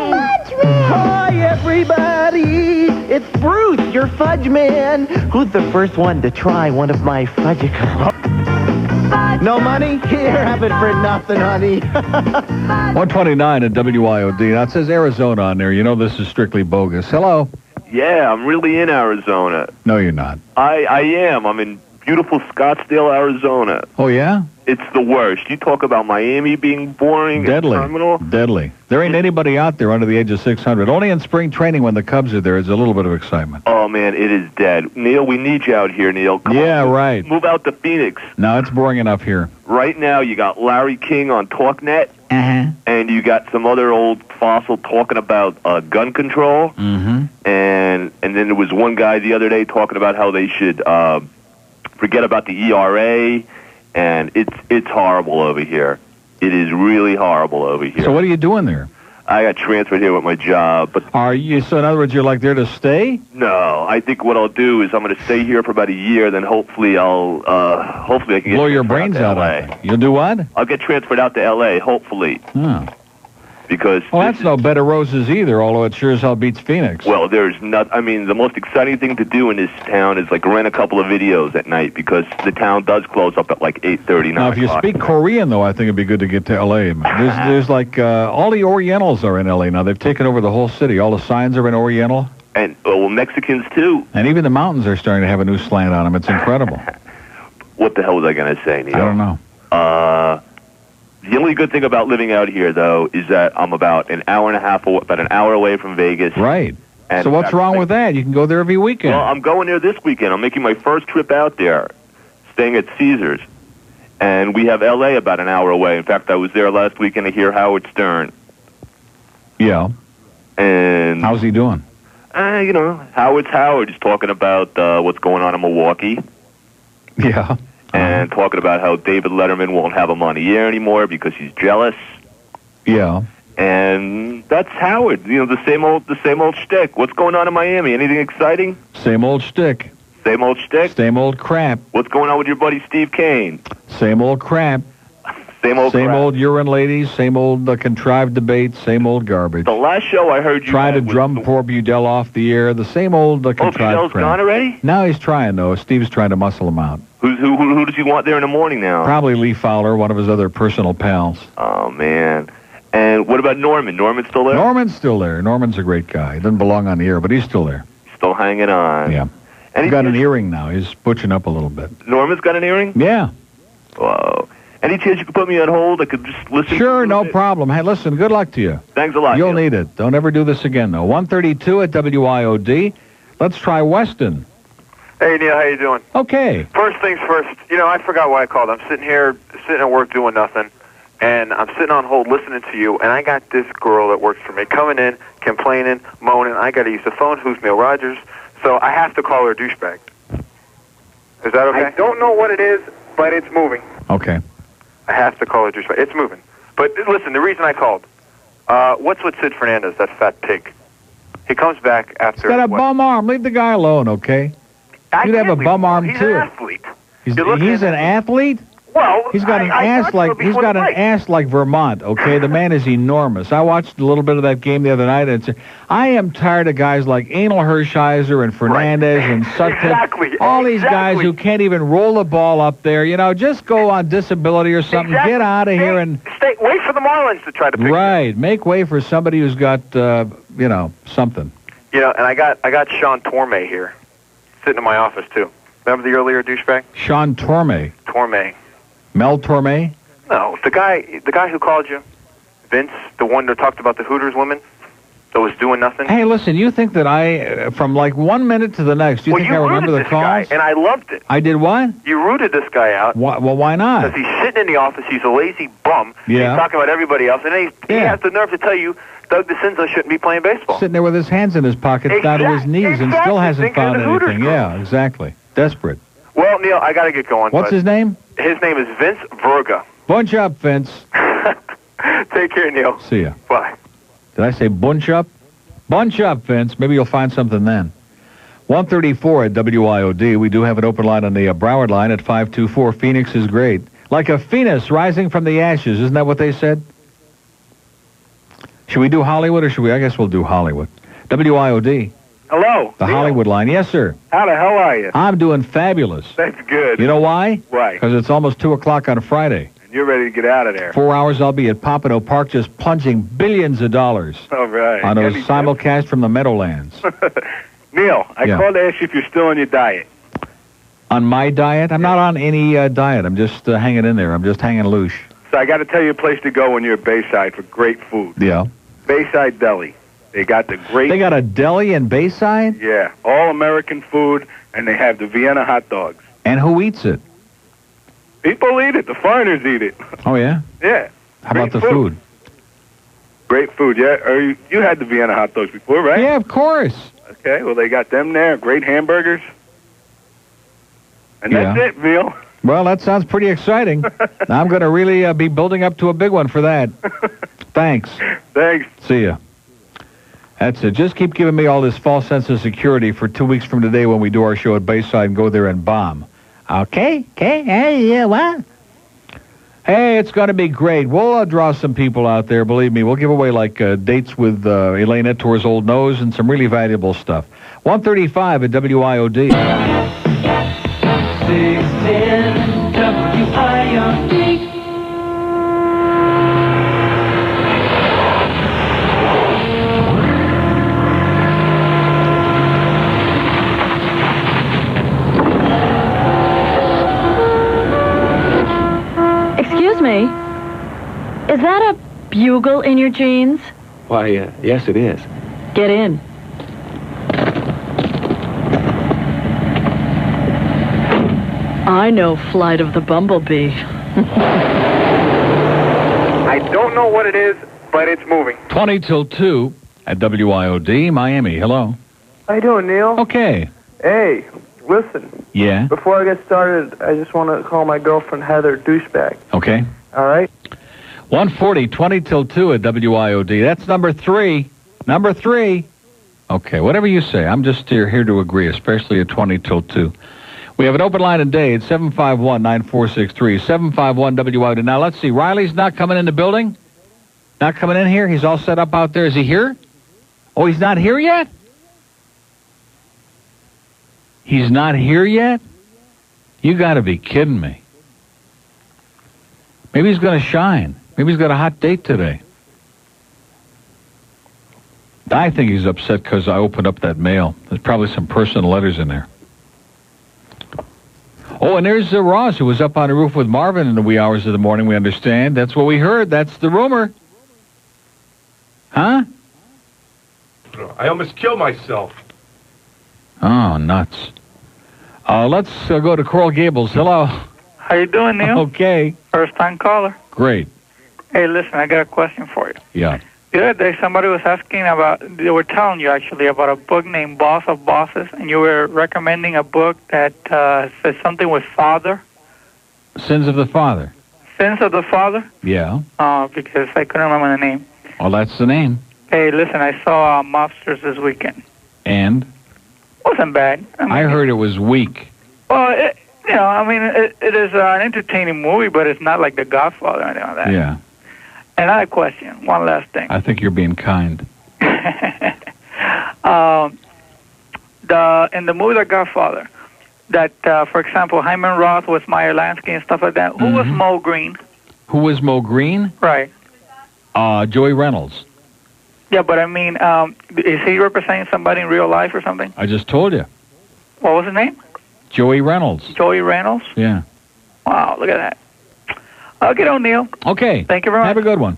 Speaker 14: Hi, everybody. It's Bruce, your fudge man. Who's the first one to try one of my fudge No money? Here, have it for nothing, honey.
Speaker 2: 129 at WIOD. Now it says Arizona on there. You know this is strictly bogus. Hello?
Speaker 15: Yeah, I'm really in Arizona.
Speaker 2: No, you're not.
Speaker 15: I, I am. I'm in beautiful Scottsdale, Arizona.
Speaker 2: Oh, yeah?
Speaker 15: It's the worst. You talk about Miami being boring and
Speaker 2: Deadly.
Speaker 15: terminal.
Speaker 2: Deadly. There ain't anybody out there under the age of 600. Only in spring training when the Cubs are there is a little bit of excitement.
Speaker 15: Oh man, it is dead. Neil, we need you out here, Neil. Come
Speaker 2: yeah,
Speaker 15: on,
Speaker 2: right.
Speaker 15: move out to Phoenix.
Speaker 2: No, it's boring enough here.
Speaker 15: Right now you got Larry King on TalkNet and you got some other old fossil talking about uh, gun control.
Speaker 2: Mm-hmm.
Speaker 15: and and then there was one guy the other day talking about how they should uh, forget about the ERA, and it's it's horrible over here. It is really horrible over here.
Speaker 2: So what are you doing there?
Speaker 15: I got transferred here with my job, but
Speaker 2: Are you, so in other words, you're like there to stay?
Speaker 15: no, I think what I'll do is I'm going to stay here for about a year. Then hopefully I'll uh, hopefully I can get
Speaker 2: Blow your
Speaker 15: transferred
Speaker 2: brains
Speaker 15: out to
Speaker 2: out. I
Speaker 15: LA.
Speaker 2: think. You'll do what?
Speaker 15: I'll get transferred out to LA hopefully
Speaker 2: Huh.
Speaker 15: because
Speaker 2: Well, that's no bed of roses either, although it sure as hell beats Phoenix.
Speaker 15: Well, there's not. I mean, the most exciting thing to do in this town is like rent a couple of videos at night because the town does close up at like eight thirty
Speaker 2: Now,
Speaker 15: nine
Speaker 2: if you
Speaker 15: o'clock.
Speaker 2: speak Korean, though, I think it'd be good to get to L.A. There's, there's like uh, all the Orientals are in L.A. now. They've taken over the whole city. All the signs are in Oriental,
Speaker 15: and oh, well, Mexicans too.
Speaker 2: and even the mountains are starting to have a new slant on them. It's incredible.
Speaker 15: What the hell was I gonna say, Neil?
Speaker 2: I don't know.
Speaker 15: Uh, the only good thing about living out here though is that I'm about an hour and a half, aw- about an hour away from Vegas.
Speaker 2: Right.
Speaker 15: And
Speaker 2: so what's wrong with that? You can go there every weekend.
Speaker 15: Well, I'm going there this weekend. I'm making my first trip out there, staying at Caesars, and we have L.A. about an hour away. In fact, I was there last weekend to hear Howard Stern.
Speaker 2: yeah.
Speaker 15: And
Speaker 2: How's he doing?
Speaker 15: Uh, you know, Howard's Howard is talking about uh, what's going on in Milwaukee
Speaker 2: Uh-huh. Yeah.
Speaker 15: and talking about how David Letterman won't have him on the air anymore because he's jealous.
Speaker 2: Yeah.
Speaker 15: And that's Howard. You know, the same old, the same old shtick. What's going on in Miami? Anything exciting?
Speaker 2: Same old shtick.
Speaker 15: Same old shtick.
Speaker 2: Same old crap.
Speaker 15: What's going on with your buddy Steve Kane?
Speaker 2: Same old crap.
Speaker 15: Same old
Speaker 2: Same
Speaker 15: crap.
Speaker 2: old urine ladies. Same old uh, contrived debates. Same old garbage.
Speaker 15: The last show I heard you
Speaker 2: Try to
Speaker 15: had was- Oh,
Speaker 2: drum poor Budell off the air. The same old uh, contrived
Speaker 15: Budell's
Speaker 2: crap.
Speaker 15: gone already?
Speaker 2: Now he's trying though. Steve's trying to muscle him out.
Speaker 15: Who's, who, who, who does he want there in the morning now?
Speaker 2: Probably Lee Fowler, one of his other personal pals.
Speaker 15: Oh man. And what about Norman? Norman's still there?
Speaker 2: Norman's still there. Norman's a great guy. He doesn't belong on the air, but he's still there.
Speaker 15: Still hanging on.
Speaker 2: Yeah.
Speaker 15: And
Speaker 2: he's got an earring now. He's butching up a little bit.
Speaker 15: Norman's got an earring?
Speaker 2: Yeah.
Speaker 15: Whoa. Any chance you could put me on hold? I could just listen.
Speaker 2: Sure, no problem. Hey, listen, good luck to you.
Speaker 15: Thanks a lot.
Speaker 2: You'll need it. Don't ever do this again, though. 132 at WIOD. Let's try Weston.
Speaker 7: Hey Neil, how you doing?
Speaker 2: Okay.
Speaker 7: First things first. You know, I forgot why I called. I'm sitting here, sitting at work doing nothing, and I'm sitting on hold listening to you. And I got this girl that works for me coming in, complaining, moaning. I got to use the phone. Who's Neil Rogers? So I have to call her a douchebag. Is that okay? I don't know what it is, but it's moving.
Speaker 2: Okay.
Speaker 7: I have to call her a douchebag. It's moving. But listen, the reason I called. Uh, what's with Sid Fernandez, that fat pig? He comes back
Speaker 2: He's
Speaker 7: after.
Speaker 2: got a
Speaker 7: what?
Speaker 2: bum arm. Leave the guy alone, okay?
Speaker 7: I
Speaker 2: You'd have a
Speaker 7: can't leave
Speaker 2: bum
Speaker 7: him
Speaker 2: arm,
Speaker 7: alone. He's
Speaker 2: too.
Speaker 7: An athlete.
Speaker 2: He's,
Speaker 7: You're looking
Speaker 2: he's
Speaker 7: at-
Speaker 2: an athlete?
Speaker 7: Well,
Speaker 2: He's got
Speaker 7: I-
Speaker 2: an
Speaker 7: I
Speaker 2: ass
Speaker 7: thought so
Speaker 2: like he's
Speaker 7: before
Speaker 2: got
Speaker 7: the
Speaker 2: an
Speaker 7: break.
Speaker 2: ass like Vermont. Okay, the man is enormous. I watched a little bit of that game the other night. And it's, I am tired of guys like Anil Hershiser and Fernandez and Sutton.
Speaker 7: Exactly,
Speaker 2: All these guys who can't even roll the ball up there. You know, just go on disability or something.
Speaker 7: Exactly.
Speaker 2: Get out of here and
Speaker 7: Stay, wait for the Marlins to try to.
Speaker 2: right make way for somebody who's got uh, you know something.
Speaker 7: You know, and I got I got Sean Torme here, sitting in my office too. Remember the earlier douchebag
Speaker 2: Sean Torme,
Speaker 7: Torme?
Speaker 2: Mel Torme.
Speaker 7: No, the guy the guy who called you, Vince, the one that talked about the Hooters woman that was doing nothing.
Speaker 2: Hey, listen, you think that I uh, from like one minute to the next? You
Speaker 7: well,
Speaker 2: think
Speaker 7: you
Speaker 2: I remember
Speaker 7: rooted
Speaker 2: the
Speaker 7: this
Speaker 2: calls?
Speaker 7: guy, and I loved it.
Speaker 2: I did what?
Speaker 7: You rooted this uh, guy out
Speaker 2: Why, well, why
Speaker 7: because
Speaker 2: not?
Speaker 7: he's sitting in the office. He's a lazy bum.
Speaker 2: Ah. Yeah.
Speaker 7: He's talking about everybody else, and then he, he has the nerve to tell you Doug DeCinzo shouldn't be playing baseball.
Speaker 2: Sitting there with his hands in his pockets, down to his
Speaker 7: Exact-
Speaker 2: knees, and still
Speaker 7: exactly,
Speaker 2: hasn't
Speaker 7: thinking of
Speaker 2: found
Speaker 7: the Hooters
Speaker 2: anything.
Speaker 7: group.
Speaker 2: Yeah, exactly. Desperate.
Speaker 7: Well, Neil, I got to get going.
Speaker 2: What's
Speaker 7: but
Speaker 2: his name?
Speaker 7: His name is Vince Verga.
Speaker 2: Bunch up, Vince.
Speaker 7: Take care, Neil.
Speaker 2: See ya.
Speaker 7: Bye.
Speaker 2: Did I say bunch up? Bunch up, Vince. Maybe you'll find something then. 134 at WIOD. We do have an open line on the uh, Broward line at 524. Phoenix is great. Like a phoenix rising from the ashes. Isn't that what they said? Should we do Hollywood or should we? I guess we'll do Hollywood. WIOD.
Speaker 16: Hello.
Speaker 2: The Hollywood line. Yes, sir.
Speaker 16: Oh, How the hell are you?
Speaker 2: I'm doing fabulous.
Speaker 16: That's good.
Speaker 2: You know why?
Speaker 16: Why?
Speaker 2: Because it's almost 2 o'clock on Friday.
Speaker 16: And you're ready to get out of there.
Speaker 2: Four hours I'll be at Pompano Park just plunging billions of dollars
Speaker 16: All right.
Speaker 2: on a
Speaker 16: Any-
Speaker 2: simulcast from the Meadowlands.
Speaker 16: Neil, I
Speaker 2: Yeah.
Speaker 16: called to ask you if you're still on your diet.
Speaker 2: on my diet. I'm not on any uh, diet. I'm just uh, hanging in there. I'm just hanging loose.
Speaker 16: So I got to tell you a place to go when you're at Bayside for great food.
Speaker 2: Yeah.
Speaker 16: Bayside Deli. They got the great,
Speaker 2: They got a deli in Bayside,
Speaker 16: yeah, all American food, and they have the Vienna hot dogs.
Speaker 2: and who eats it?
Speaker 16: People eat it. The foreigners eat it.
Speaker 2: Oh yeah.
Speaker 16: Yeah,
Speaker 2: How about the
Speaker 16: Great
Speaker 2: food?
Speaker 16: food. great food. Yeah, or you, you had the Vienna hot dogs before, right?
Speaker 2: Yeah, of course.
Speaker 16: Okay. Well, they got them there. Great hamburgers. And that's
Speaker 2: Yeah.
Speaker 16: it, Neil.
Speaker 2: Well, that sounds pretty exciting. I'm going to really uh, be building up to a big one for that. Thanks.
Speaker 16: Thanks.
Speaker 2: See ya. That's it. Just keep giving me all this false sense of security for two weeks from today when we do our show at Bayside and go there and bomb. Okay? Okay? Hey, yeah, what? Hey, it's going to be great. We'll uh, draw some people out there. Believe me, we'll give away like uh, dates with uh, Elaine Ettor's old nose and some really valuable stuff. 135 at WIOD.
Speaker 9: 610 WIOD.
Speaker 17: Excuse me. Is that a bugle in your jeans?
Speaker 18: Why, uh, yes, it is.
Speaker 17: Get in. I know Flight of the Bumblebee.
Speaker 7: I don't know what it is, but it's moving.
Speaker 2: 20 till 2 at WIOD, Miami. Hello.
Speaker 19: How you doing, Neil?
Speaker 2: Okay.
Speaker 19: Hey, listen.
Speaker 2: Yeah.
Speaker 19: Before I get started, I just want to call my girlfriend Heather douchebag.
Speaker 2: Okay.
Speaker 19: All right.
Speaker 2: 140, 20 till 2 at WIOD. That's number three. Number three. Okay, whatever you say. I'm just here, here to agree, especially at 20 till 2. We have an open line today at 751 9463, 751 WIOD. Now, let's see. Riley's not coming in the building? Not coming in here? He's all set up out there. Is he here? Oh, he's not here yet? He's not here yet? You got to be kidding me. Maybe he's going to shine. Maybe he's got a hot date today. I think he's upset because I opened up that mail. There's probably some personal letters in there. Oh, and there's uh, Ross, who was up on the roof with Marvin in the wee hours of the morning, we understand. That's what we heard. That's the rumor. Huh?
Speaker 20: I almost killed myself.
Speaker 2: Oh, nuts. Uh, let's uh, go to Coral Gables. Hello.
Speaker 21: How you doing, Neil?
Speaker 2: Okay.
Speaker 21: First time caller.
Speaker 2: Great.
Speaker 21: Hey, listen, I got a question for you.
Speaker 2: Yeah.
Speaker 21: The other day, somebody was asking about, they were telling you actually about a book named Boss of Bosses, and you were recommending a book that uh, says something with father,
Speaker 2: Sins of the Father.
Speaker 21: Sins of the Father,
Speaker 2: Yeah.
Speaker 21: uh, because I couldn't remember the name.
Speaker 2: Well, that's the name.
Speaker 21: Hey, listen, I saw uh, Mobsters this weekend.
Speaker 2: And
Speaker 21: Wasn't bad.
Speaker 2: I heard it was weak.
Speaker 21: Well, it, you know, I mean, it, it is uh, an entertaining movie, but it's not like The Godfather or anything like that.
Speaker 2: Yeah.
Speaker 21: Another question, one last thing.
Speaker 2: I think you're being kind.
Speaker 21: um, the in the movie The Godfather, that uh, for example, Hyman Roth was Meyer Lansky and stuff like that. Who was
Speaker 2: Mm-hmm.
Speaker 21: Mo Green?
Speaker 2: Who was Mo Green?
Speaker 21: Right.
Speaker 2: Uh, Joey Reynolds.
Speaker 21: Yeah, but I mean, um, is he representing somebody in real life or something?
Speaker 2: I just told you.
Speaker 21: What was his name?
Speaker 2: Joey Reynolds.
Speaker 21: Joey Reynolds.
Speaker 2: Yeah.
Speaker 21: Wow, look at that. Okay, O'Neill.
Speaker 2: Okay.
Speaker 21: Thank you very much.
Speaker 2: Have a good one.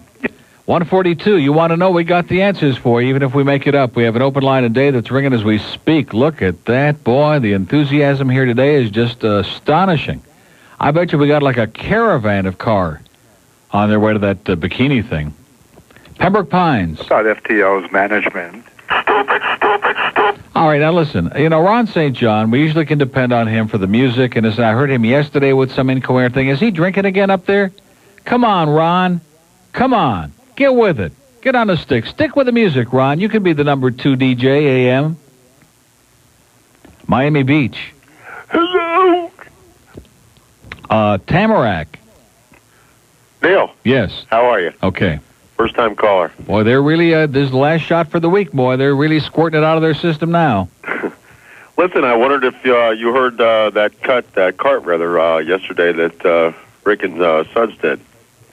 Speaker 2: 142. You want to know? We got the answers for you, even if we make it up. We have an open line today that's ringing as we speak. Look at that, boy. The enthusiasm here today is just astonishing. I bet you we got like a caravan of car on their way to that uh, bikini thing. Pembroke Pines.
Speaker 20: About FTO's management.
Speaker 2: All right, now listen. You know, Ron St. John, we usually can depend on him for the music, and as I heard him yesterday with some incoherent thing. Is he drinking again up there? Come on, Ron. Come on. Get with it. Get on the stick. Stick with the music, Ron. You can be the number two DJ AM. Miami Beach.
Speaker 20: Hello.
Speaker 2: Uh, Tamarack.
Speaker 22: Neil,
Speaker 2: Yes.
Speaker 22: how are you?
Speaker 2: Okay.
Speaker 22: First time caller.
Speaker 2: Boy, they're really, uh, this is the last shot for the week, boy. They're really squirting it out of their system now.
Speaker 22: Listen, I wondered if uh, you heard uh, that cut, that cart rather, uh, yesterday that uh, Rick and uh, Suds did.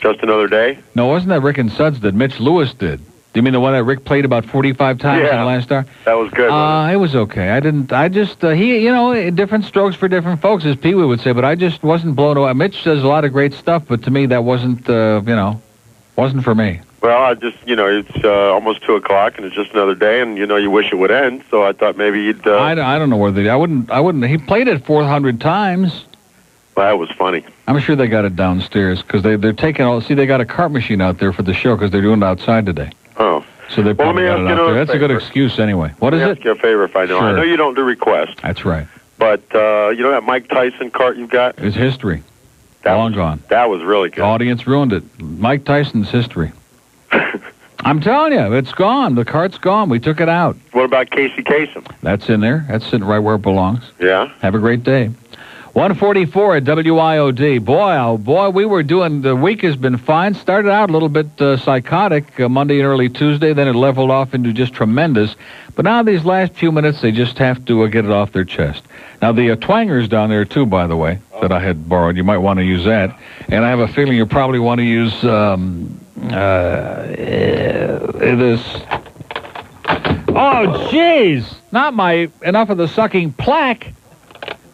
Speaker 22: Just another day.
Speaker 2: No, wasn't that Rick and Suds that Mitch Lewis did? Do you mean the one that Rick played about 45 times in
Speaker 22: Yeah.
Speaker 2: the last hour?
Speaker 22: That was good.
Speaker 2: Uh, it was okay. I didn't. I just uh, he, you know, eh, different strokes for different folks, as Pee Wee would say. But I just wasn't blown away. Mitch says a lot of great stuff, but to me that wasn't, uh, you know, wasn't for me.
Speaker 22: well, I just, you know, it's uh, almost two o'clock and it's just another day, and you know, you wish it would end. So I thought maybe you'd. Uh,
Speaker 2: I, don't- I don't know where they. I wouldn't. I wouldn't. He played it 400 times.
Speaker 22: well, that was funny.
Speaker 2: I'm sure they got it downstairs because they they're taking all. See, they got a cart machine out there for the show because they're doing it outside today.
Speaker 22: Oh.
Speaker 2: So they
Speaker 22: Well, let
Speaker 2: probably
Speaker 22: me
Speaker 2: got
Speaker 22: ask
Speaker 2: it
Speaker 22: you
Speaker 2: out
Speaker 22: another
Speaker 2: there. That's a good
Speaker 22: favor.
Speaker 2: excuse anyway. What is
Speaker 22: Let me
Speaker 2: it?
Speaker 22: Ask you a favor if I know. I
Speaker 2: Sure.
Speaker 22: know you don't do requests,
Speaker 2: That's right.
Speaker 22: but uh, you know that Mike Tyson cart you got.
Speaker 2: It's history.
Speaker 22: That
Speaker 2: Long gone.
Speaker 22: That was really good.
Speaker 2: Audience ruined it. Mike Tyson's history. I'm telling you, it's gone. The cart's gone. We took it out.
Speaker 22: What about Casey Kasem?
Speaker 2: That's in there. That's sitting right where it belongs.
Speaker 22: Yeah.
Speaker 2: Have a great day. 144 at WIOD. Boy, oh boy, we were doing, the week has been fine. Started out a little bit uh, psychotic uh, Monday and early Tuesday, then it leveled off into just tremendous. But now these last few minutes, they just have to uh, get it off their chest. Now, the uh, twangers down there, too, by the way, that I had borrowed, you might want to use that. And I have a feeling you probably want to use um, uh, eh, this. Oh, jeez! Not my enough of the sucking plaque.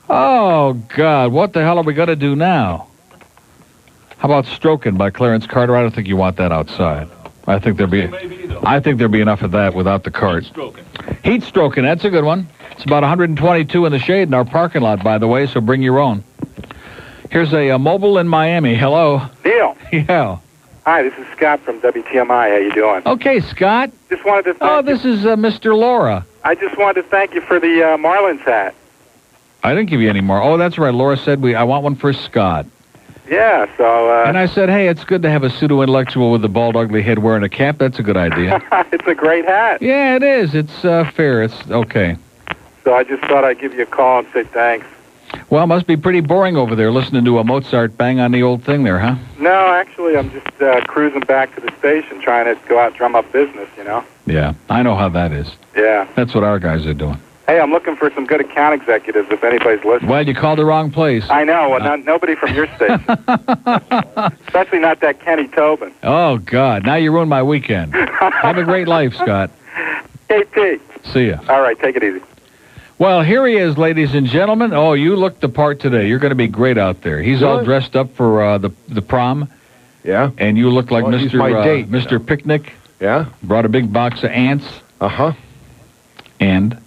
Speaker 2: Oh God! What the hell are we gonna do now? How about "Stroking" by Clarence Carter? I don't think you want that outside. I think there'll be, I think there'll be enough of that without the cart. Heat stroking. Heat stroking. That's a good one. It's about 122 in the shade in our parking lot, by the way. So bring your own. Here's a, uh mobile in Miami. Hello.
Speaker 23: Neil,
Speaker 2: Yeah.
Speaker 23: hi. This
Speaker 2: Oh.
Speaker 23: is Scott from WTMI. How you doing?
Speaker 2: Okay, Scott.
Speaker 23: Just wanted to.
Speaker 2: Oh, this is uh, Mr. Laura.
Speaker 24: I just wanted to thank you for the uh, Marlins hat.
Speaker 2: I didn't give you any more. Oh, that's right. Laura said we. I want one for Scott.
Speaker 24: Yeah, so uh,
Speaker 2: and I said, hey, it's good to have a pseudo intellectual with a bald, ugly head wearing a cap. That's a good idea.
Speaker 24: uh, it's a great hat.
Speaker 2: yeah, it is. It's uh, fair. It's okay.
Speaker 24: So I just thought I'd give you a call and say thanks.
Speaker 2: Well, it must be pretty boring over there listening to a Mozart bang on the old thing there, huh?
Speaker 24: No, actually, I'm just uh, cruising back to the station trying to go out and drum up business, you know?
Speaker 2: Yeah, I know how that is.
Speaker 24: Yeah.
Speaker 2: That's what our guys are doing.
Speaker 24: Hey, I'm looking for some good account executives if anybody's listening.
Speaker 2: Well, you called the wrong place.
Speaker 24: I know, well, not, nobody from your station. Especially not that Kenny Tobin.
Speaker 2: Oh God! Now you ruined my weekend. Have a great life, Scott.
Speaker 24: Hey, Pete.
Speaker 2: See ya.
Speaker 24: All right, take it easy.
Speaker 2: Well, here he is, ladies and gentlemen. Oh, you looked the part today. You're going to be great out there. He's all
Speaker 23: Really?
Speaker 2: dressed up for uh, the the prom.
Speaker 23: Yeah.
Speaker 2: And you look like
Speaker 23: Well, he's
Speaker 2: Mr.
Speaker 23: my
Speaker 2: uh,
Speaker 23: date.
Speaker 2: Mr. Picnic.
Speaker 23: Yeah.
Speaker 2: Brought a big box of ants.
Speaker 23: Uh huh.
Speaker 2: And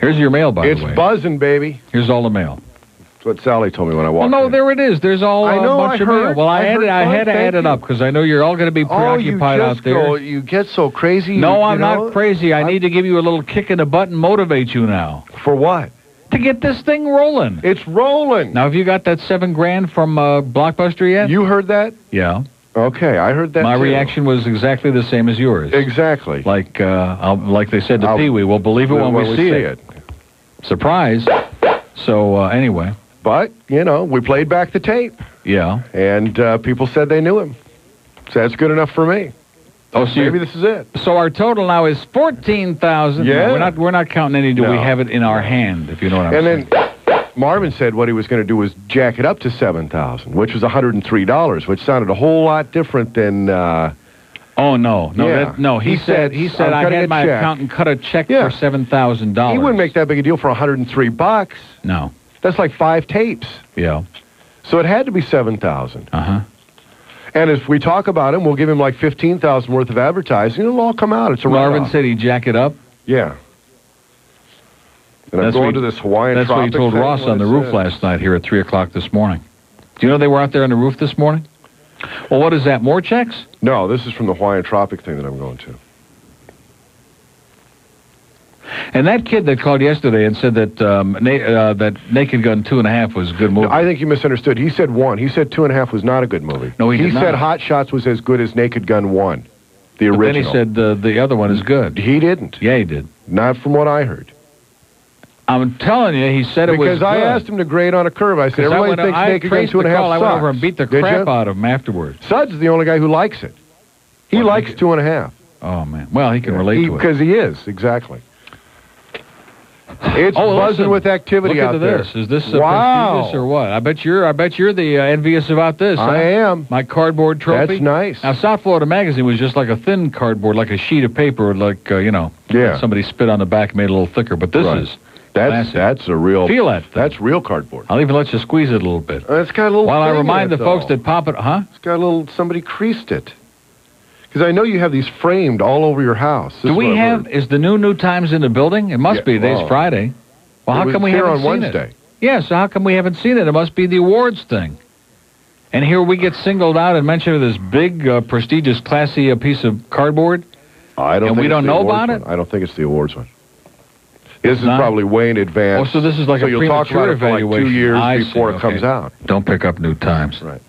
Speaker 2: here's your mail, by
Speaker 23: it's
Speaker 2: the way.
Speaker 23: buzzing, baby.
Speaker 2: Here's all the mail.
Speaker 23: That's what Sally told me when I
Speaker 2: Well,
Speaker 23: walked.
Speaker 2: no, there it is. There's all
Speaker 23: I
Speaker 2: uh,
Speaker 23: know,
Speaker 2: a bunch
Speaker 23: I
Speaker 2: of mail.
Speaker 23: heard-
Speaker 2: Well, I,
Speaker 23: I
Speaker 2: added,
Speaker 23: heard
Speaker 2: I
Speaker 23: fun.
Speaker 2: had to
Speaker 23: Thank
Speaker 2: add it
Speaker 23: you.
Speaker 2: up because I know you're all going to be
Speaker 23: oh, you
Speaker 2: preoccupied
Speaker 23: just
Speaker 2: out there.
Speaker 23: go. You get so crazy.
Speaker 2: no,
Speaker 23: you,
Speaker 2: I'm
Speaker 23: you know?
Speaker 2: not crazy. I need to give you a little kick in the butt and motivate you now.
Speaker 23: For what?
Speaker 2: To get this thing rolling.
Speaker 23: It's rolling.
Speaker 2: Now, have you got that seven grand from uh, Blockbuster yet?
Speaker 23: You heard that?
Speaker 2: Yeah.
Speaker 23: Okay, I heard that.
Speaker 2: My
Speaker 23: too.
Speaker 2: reaction was exactly the same as yours.
Speaker 23: Exactly.
Speaker 2: Like, uh, I'll, like they said to Pee Wee, we'll believe it when, we, see, it. Surprise. So uh, anyway,
Speaker 23: But you know, we played back the tape,
Speaker 2: yeah.
Speaker 23: and uh, people said they knew him. So that's good enough for me.
Speaker 2: Oh, so you-
Speaker 23: maybe this is it.
Speaker 2: So our total now is fourteen thousand.
Speaker 23: Yeah.
Speaker 2: we're not we're not counting any. Do we
Speaker 23: No.
Speaker 2: have it in our hand? If you know what I'm
Speaker 23: and
Speaker 2: saying.
Speaker 23: then Marvin said what he was going to do was jack it up to seven thousand, which was one hundred and three dollars, which sounded a whole lot different than. Uh,
Speaker 2: oh no, no,
Speaker 23: Yeah.
Speaker 2: that, no. He,
Speaker 23: He
Speaker 2: said
Speaker 23: said,
Speaker 2: he said
Speaker 23: "I'm
Speaker 2: I
Speaker 23: cutting
Speaker 2: had
Speaker 23: a
Speaker 2: my
Speaker 23: check."
Speaker 2: accountant cut a check
Speaker 23: Yeah.
Speaker 2: for seven thousand
Speaker 23: he
Speaker 2: dollars.
Speaker 23: wouldn't make that big a deal for one hundred and three bucks.
Speaker 2: No.
Speaker 23: That's like five tapes.
Speaker 2: Yeah.
Speaker 23: So it had to be seven thousand.
Speaker 2: Uh huh.
Speaker 23: And if we talk about him, we'll give him like fifteen thousand worth of advertising. It'll all come out. "Oh, It's a
Speaker 2: Marvin
Speaker 23: write-off.
Speaker 2: said he jack it up.
Speaker 23: Yeah. And
Speaker 2: That's
Speaker 23: I'm going
Speaker 2: what
Speaker 23: to
Speaker 2: he-
Speaker 23: this Hawaiian.
Speaker 2: That's what he
Speaker 23: tropic
Speaker 2: told
Speaker 23: thing,
Speaker 2: Ross
Speaker 23: what
Speaker 2: on the
Speaker 23: it
Speaker 2: roof
Speaker 23: said.
Speaker 2: last night here at three o'clock this morning. Do you know they were out there on the roof this morning? Well, what is that? More checks?
Speaker 23: No, this is from the Hawaiian Tropic thing that I'm going to.
Speaker 2: And that kid that called yesterday and said that um, na- uh, that Naked Gun two and a half was a good movie.
Speaker 23: I think you misunderstood. He said one. He said two and a half was not a good movie.
Speaker 2: No, he did
Speaker 23: said
Speaker 2: not.
Speaker 23: Hot Shots was as good as Naked Gun one, the
Speaker 2: but then he
Speaker 23: original.
Speaker 2: said uh, the other one is good.
Speaker 23: he didn't.
Speaker 2: Yeah, he did.
Speaker 23: Not from what I heard.
Speaker 2: I'm telling you, he said it was
Speaker 23: because I
Speaker 2: good.
Speaker 23: asked him to grade on a curve. I said
Speaker 2: 'Cause I
Speaker 23: everybody
Speaker 2: went-
Speaker 23: thinks
Speaker 2: I
Speaker 23: Naked Gun
Speaker 2: traced
Speaker 23: two and a
Speaker 2: the
Speaker 23: half
Speaker 2: call. I went
Speaker 23: sucks.
Speaker 2: over and beat the
Speaker 23: Did
Speaker 2: crap
Speaker 23: ya?
Speaker 2: out of him afterwards.
Speaker 23: Suds is the only guy who likes it. He likes two and a half.
Speaker 2: Oh man, well he can relate to it.
Speaker 23: because he is exactly. It's
Speaker 2: Oh,
Speaker 23: buzzing
Speaker 2: listen,
Speaker 23: with activity
Speaker 2: Look
Speaker 23: out
Speaker 2: at
Speaker 23: there.
Speaker 2: this. Is this uh,
Speaker 23: wow.
Speaker 2: prestigious or what? I bet you're. I bet you're the uh, envious about this.
Speaker 23: I
Speaker 2: huh?
Speaker 23: am.
Speaker 2: My cardboard trophy.
Speaker 23: That's nice.
Speaker 2: Now, South Florida Magazine was just like a thin cardboard, like a sheet of paper, like uh, you know,
Speaker 23: Yeah.
Speaker 2: somebody spit on the back, and made it a little thicker. But this
Speaker 23: Right.
Speaker 2: is.
Speaker 23: That's that's a real
Speaker 2: Feel that. thing.
Speaker 23: that's real cardboard.
Speaker 2: I'll even let you squeeze it a little bit.
Speaker 23: Uh, it's got a little.
Speaker 2: While I
Speaker 23: thing in
Speaker 2: remind
Speaker 23: it,
Speaker 2: the folks
Speaker 23: though.
Speaker 2: that pop it, huh?
Speaker 23: it's got a little somebody creased it. Because I know you have these framed all over your house. This
Speaker 2: Do
Speaker 23: is
Speaker 2: we
Speaker 23: what I
Speaker 2: have?
Speaker 23: heard.
Speaker 2: Is the new new times in the building? It must
Speaker 23: Yeah,
Speaker 2: be. Today's
Speaker 23: well,
Speaker 2: Friday. Well,
Speaker 23: it
Speaker 2: how
Speaker 23: was
Speaker 2: come we
Speaker 23: here
Speaker 2: haven't
Speaker 23: on
Speaker 2: seen
Speaker 23: Wednesday.
Speaker 2: it? Yeah, so how come we haven't seen it? It must be the awards thing. And here we get singled out and mentioned with this big, uh, prestigious, classy uh, piece of cardboard.
Speaker 23: I don't.
Speaker 2: and
Speaker 23: think
Speaker 2: we
Speaker 23: it's
Speaker 2: don't
Speaker 23: the
Speaker 2: know
Speaker 23: awards
Speaker 2: about
Speaker 23: one. I don't think it's the awards one.
Speaker 2: It's
Speaker 23: This is
Speaker 2: not?
Speaker 23: probably way in
Speaker 2: Oh,
Speaker 23: advance.
Speaker 2: so this is like
Speaker 23: so
Speaker 2: a
Speaker 23: you'll talk about
Speaker 2: premature
Speaker 23: it for like
Speaker 2: evaluation.
Speaker 23: two years
Speaker 2: I see,
Speaker 23: before it
Speaker 2: okay.
Speaker 23: comes out.
Speaker 2: Don't pick up new times.
Speaker 23: Right.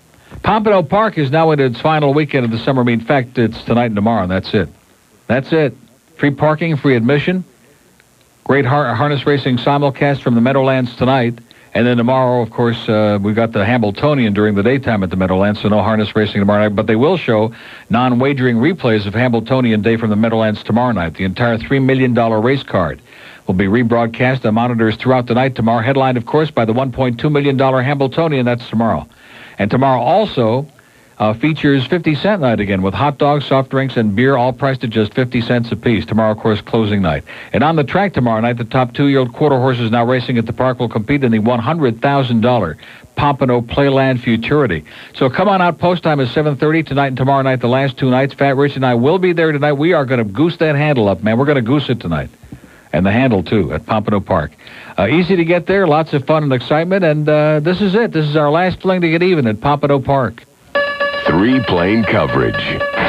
Speaker 2: Pompano Park is now in its final weekend of the summer meet. In fact, it's tonight and tomorrow, and that's it. That's it. Free parking, free admission. Great har- harness racing simulcast from the Meadowlands tonight. And then tomorrow, of course, uh, we've got the Hamiltonian during the daytime at the Meadowlands, so no harness racing tomorrow night. But they will show non wagering replays of Hamiltonian Day from the Meadowlands tomorrow night. The entire $3 million race card will be rebroadcast on monitors throughout the night tomorrow. Headlined, of course, by the $1.2 million Hamiltonian. That's tomorrow. And tomorrow also uh, features 50 cent night again with hot dogs, soft drinks, and beer, all priced at just 50 cents apiece. Tomorrow, of course, closing night. And on the track tomorrow night, the top two-year-old quarter horses now racing at the park will compete in the $100,000 Pompano Playland Futurity. So come on out. Post time is 7.30 tonight and tomorrow night, the last two nights. Fat Rich and I will be there tonight. We are going to goose that handle up, man. We're going to goose it tonight and the handle too at Pompano Park. Uh, easy to get there, lots of fun and excitement, and uh, this is it. This is our last fling to get even at Pompano Park.
Speaker 6: Three plane coverage.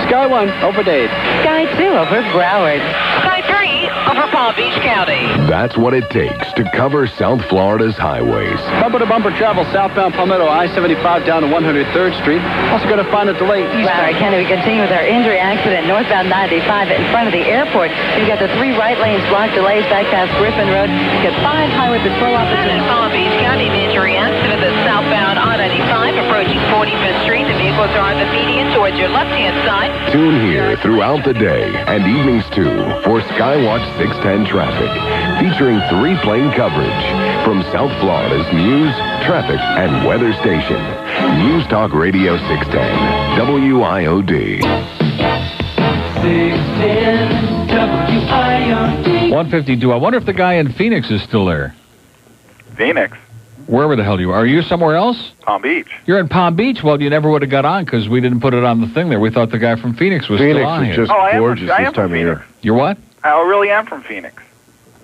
Speaker 25: Sky 1, over Dade.
Speaker 4: Sky 2 over Broward.
Speaker 26: Sky 3 over
Speaker 4: Palm Beach County.
Speaker 6: That's what it takes to cover South Florida's highways.
Speaker 12: Bumper to bumper travel southbound Palmetto I-75 down to 103rd Street. Also going to find a delay
Speaker 13: Broward
Speaker 12: eastbound.
Speaker 13: County, we continue with our injury accident northbound 95 in front of the airport. You've got the three right lanes blocked, delays back past Griffin Road. You've got five highway patrol officers.
Speaker 4: Southern Palm Beach County, an injury accident that's southbound I-95 approaching 45th Street. The vehicles are on the median towards your left-hand side.
Speaker 6: Tune here throughout the day and evenings too for Skywatch 610 Traffic, featuring three plane coverage from South Florida's news, traffic, and weather station. News Talk Radio 610, WIOD.
Speaker 9: 610 WIOD.
Speaker 2: 152. I wonder if the guy in Phoenix is still there.
Speaker 8: Phoenix,
Speaker 2: Wherever the hell you are. Are you somewhere else?
Speaker 8: Palm Beach.
Speaker 2: You're in Palm Beach. Well, you never would have got on because we didn't put it on the thing there. We thought the guy from Phoenix was
Speaker 8: Phoenix
Speaker 2: still on
Speaker 8: is
Speaker 2: here.
Speaker 8: just Oh, I am- gorgeous I this am
Speaker 2: time of year. You're what?
Speaker 8: I really am Uh, from Phoenix.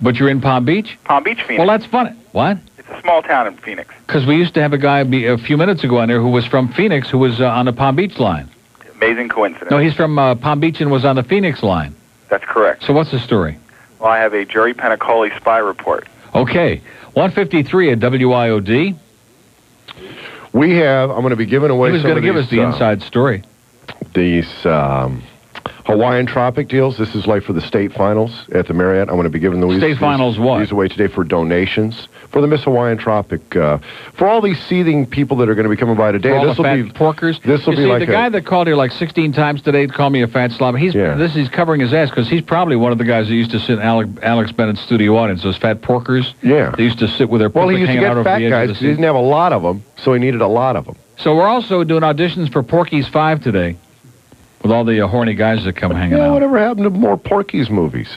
Speaker 2: But you're in Palm Beach?
Speaker 8: Palm Beach, Phoenix.
Speaker 2: Well, that's funny. What?
Speaker 8: it's a small town in Phoenix.
Speaker 2: Because we used to have a guy be, a few minutes ago on there who was from Phoenix who was uh, on the Palm Beach line.
Speaker 8: Amazing coincidence.
Speaker 2: No, he's from uh, Palm Beach and was on the Phoenix line.
Speaker 8: That's correct.
Speaker 2: So what's the story?
Speaker 8: Well, I have a Jerry Pentacoli spy report.
Speaker 2: Okay. 153 at WIOD.
Speaker 23: We have. I'm going to be giving away.
Speaker 2: He was
Speaker 23: some
Speaker 2: gonna
Speaker 23: of
Speaker 2: give
Speaker 23: these,
Speaker 2: us the
Speaker 23: uh,
Speaker 2: inside story.
Speaker 23: These um, Hawaiian Tropic deals. This is like for the state finals at the Marriott. I'm going to be giving these
Speaker 2: State
Speaker 23: these-
Speaker 2: finals what?
Speaker 23: These away today for donations for the Miss Hawaiian Tropic. Uh, for all these seething people that are going to be coming by today.
Speaker 2: For all
Speaker 23: This
Speaker 2: the
Speaker 23: will
Speaker 2: fat
Speaker 23: be
Speaker 2: porkers.
Speaker 23: This will
Speaker 2: you
Speaker 23: be
Speaker 2: see,
Speaker 23: like
Speaker 2: the
Speaker 23: a-
Speaker 2: guy that called here like 16 times today called me a fat slob. He's this he's covering his ass because he's probably one of the guys that used to sit in Alec, Alex Bennett's studio audience. Those fat porkers.
Speaker 23: Yeah.
Speaker 2: They used to sit with their
Speaker 23: Well,
Speaker 2: pussy
Speaker 23: he used to
Speaker 2: hanging out
Speaker 23: get
Speaker 2: over
Speaker 23: fat
Speaker 2: the edge
Speaker 23: guys.
Speaker 2: of
Speaker 23: 'cause
Speaker 2: the
Speaker 23: He
Speaker 2: seat.
Speaker 23: didn't have a lot of them, so he needed a lot of them.
Speaker 2: So we're also doing auditions for Porky's Five today, with all the uh, horny guys that come hanging
Speaker 23: Yeah,
Speaker 2: out.
Speaker 23: whatever happened to more Porky's movies?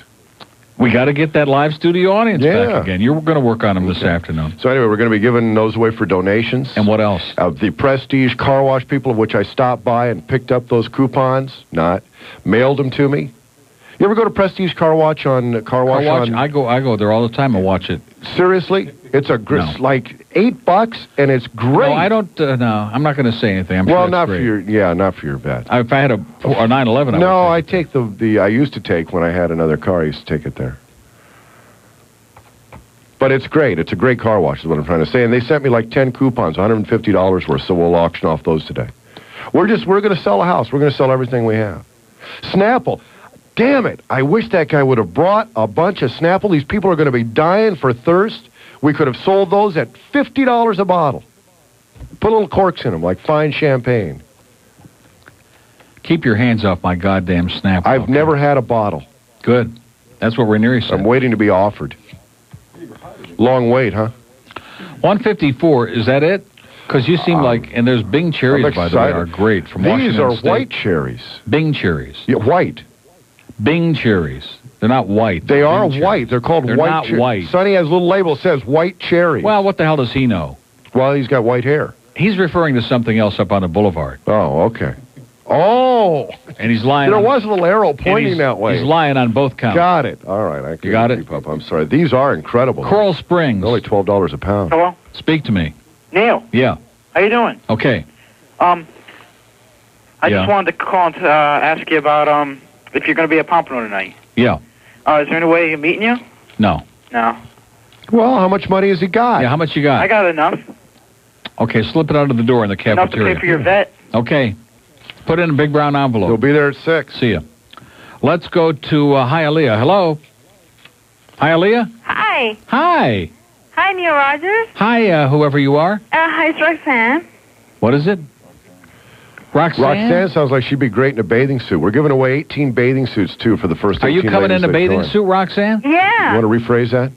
Speaker 2: We got to get that live studio audience
Speaker 23: Yeah.
Speaker 2: back again. You're going to work on them this afternoon.
Speaker 23: So anyway, we're going to be giving those away for donations.
Speaker 2: And what else?
Speaker 23: Uh, the Prestige Car Wash people, of which I stopped by and picked up those coupons, not mailed them to me. You ever go to Prestige Car Wash on uh, Car
Speaker 2: I
Speaker 23: Wash?
Speaker 2: watch.
Speaker 23: on,
Speaker 2: I go. I go there all the time. I watch it.
Speaker 23: seriously, it's a gr- it's like eight bucks, and it's great.
Speaker 2: No, I don't. Uh, no, I'm not going to say anything. I'm
Speaker 23: well,
Speaker 2: sure it's
Speaker 23: not
Speaker 2: great.
Speaker 23: for your yeah, not for your bet.
Speaker 2: I- If I had a, a 911, I
Speaker 23: no, I take the the I used to take when I had another car. I used to take it there. But it's great. It's a great car wash, is what I'm trying to say. And they sent me like ten coupons, $150 worth. So we'll auction off those today. We're just we're going to sell a house. We're going to sell everything we have. Snapple. Damn it! I wish that guy would have brought a bunch of Snapple. These people are going to be dying for thirst. We could have sold those at fifty dollars a bottle. Put little corks in them, like fine champagne.
Speaker 2: Keep your hands off my goddamn snap.
Speaker 23: I've never had a bottle.
Speaker 2: Good. That's what Ranieri said.
Speaker 23: I'm waiting to be offered. Long wait, huh?
Speaker 2: 154. Is that it? Because you seem like, and there's Bing cherries
Speaker 23: Um, I'm
Speaker 2: by the way
Speaker 23: excited.
Speaker 2: are great from
Speaker 23: These
Speaker 2: Washington
Speaker 23: are
Speaker 2: State.
Speaker 23: white cherries.
Speaker 2: Bing cherries.
Speaker 23: Yeah, white.
Speaker 2: Bing cherries. They're not white.
Speaker 23: They
Speaker 2: They're
Speaker 23: are
Speaker 2: Bing cherries.
Speaker 23: white. They're called
Speaker 2: They're
Speaker 23: white.
Speaker 2: not
Speaker 23: cher-
Speaker 2: white.
Speaker 23: Sonny has a little label that says white cherry.
Speaker 2: Well, what the hell does he know?
Speaker 23: Well, he's got white hair.
Speaker 2: He's referring to something else up on the boulevard,
Speaker 23: Oh, okay. Oh,
Speaker 2: and he's lying.
Speaker 23: there
Speaker 2: on,
Speaker 23: was a little arrow
Speaker 2: and
Speaker 23: pointing
Speaker 2: he's-
Speaker 23: that way.
Speaker 2: He's lying on both counts.
Speaker 23: Got it. All right, I can
Speaker 2: got it?
Speaker 23: keep up. I'm sorry. These are incredible.
Speaker 2: Coral Springs.
Speaker 23: Only twelve dollars a pound.
Speaker 24: Hello,
Speaker 2: Speak to me.
Speaker 24: Neil.
Speaker 2: Yeah.
Speaker 24: How you doing?
Speaker 2: Okay.
Speaker 24: Um, I
Speaker 2: Yeah.
Speaker 24: just wanted to call and uh, ask you about um if you're going to be at Pompano tonight.
Speaker 2: Yeah.
Speaker 24: Uh, is there any way of meeting you?
Speaker 2: No.
Speaker 24: No,
Speaker 23: Well, how much money has he got?
Speaker 2: Yeah. How much you got?
Speaker 24: I got enough
Speaker 2: Okay. Slip it under the door in the
Speaker 24: enough to
Speaker 2: cafeteria.
Speaker 24: pay for your vet.
Speaker 2: Okay. Put it in a big brown envelope. You'll
Speaker 23: be there at 6.
Speaker 2: See ya. Let's go to uh, Hialeah. Hello? Hialeah?
Speaker 27: Hi.
Speaker 2: Hi.
Speaker 27: Hi, Neil Rogers.
Speaker 2: Hi, uh, whoever you are.
Speaker 27: Uh, hi, it's Roxanne.
Speaker 2: What is it? Roxanne?
Speaker 23: Roxanne sounds like she'd be great in a bathing suit. We're giving away 18 bathing suits too for the first.
Speaker 2: Are you
Speaker 23: 18
Speaker 2: coming
Speaker 23: ladies
Speaker 2: in a
Speaker 23: that
Speaker 2: bathing
Speaker 23: join.
Speaker 2: suit, Roxanne?
Speaker 23: You
Speaker 27: Yeah.
Speaker 23: want to rephrase that?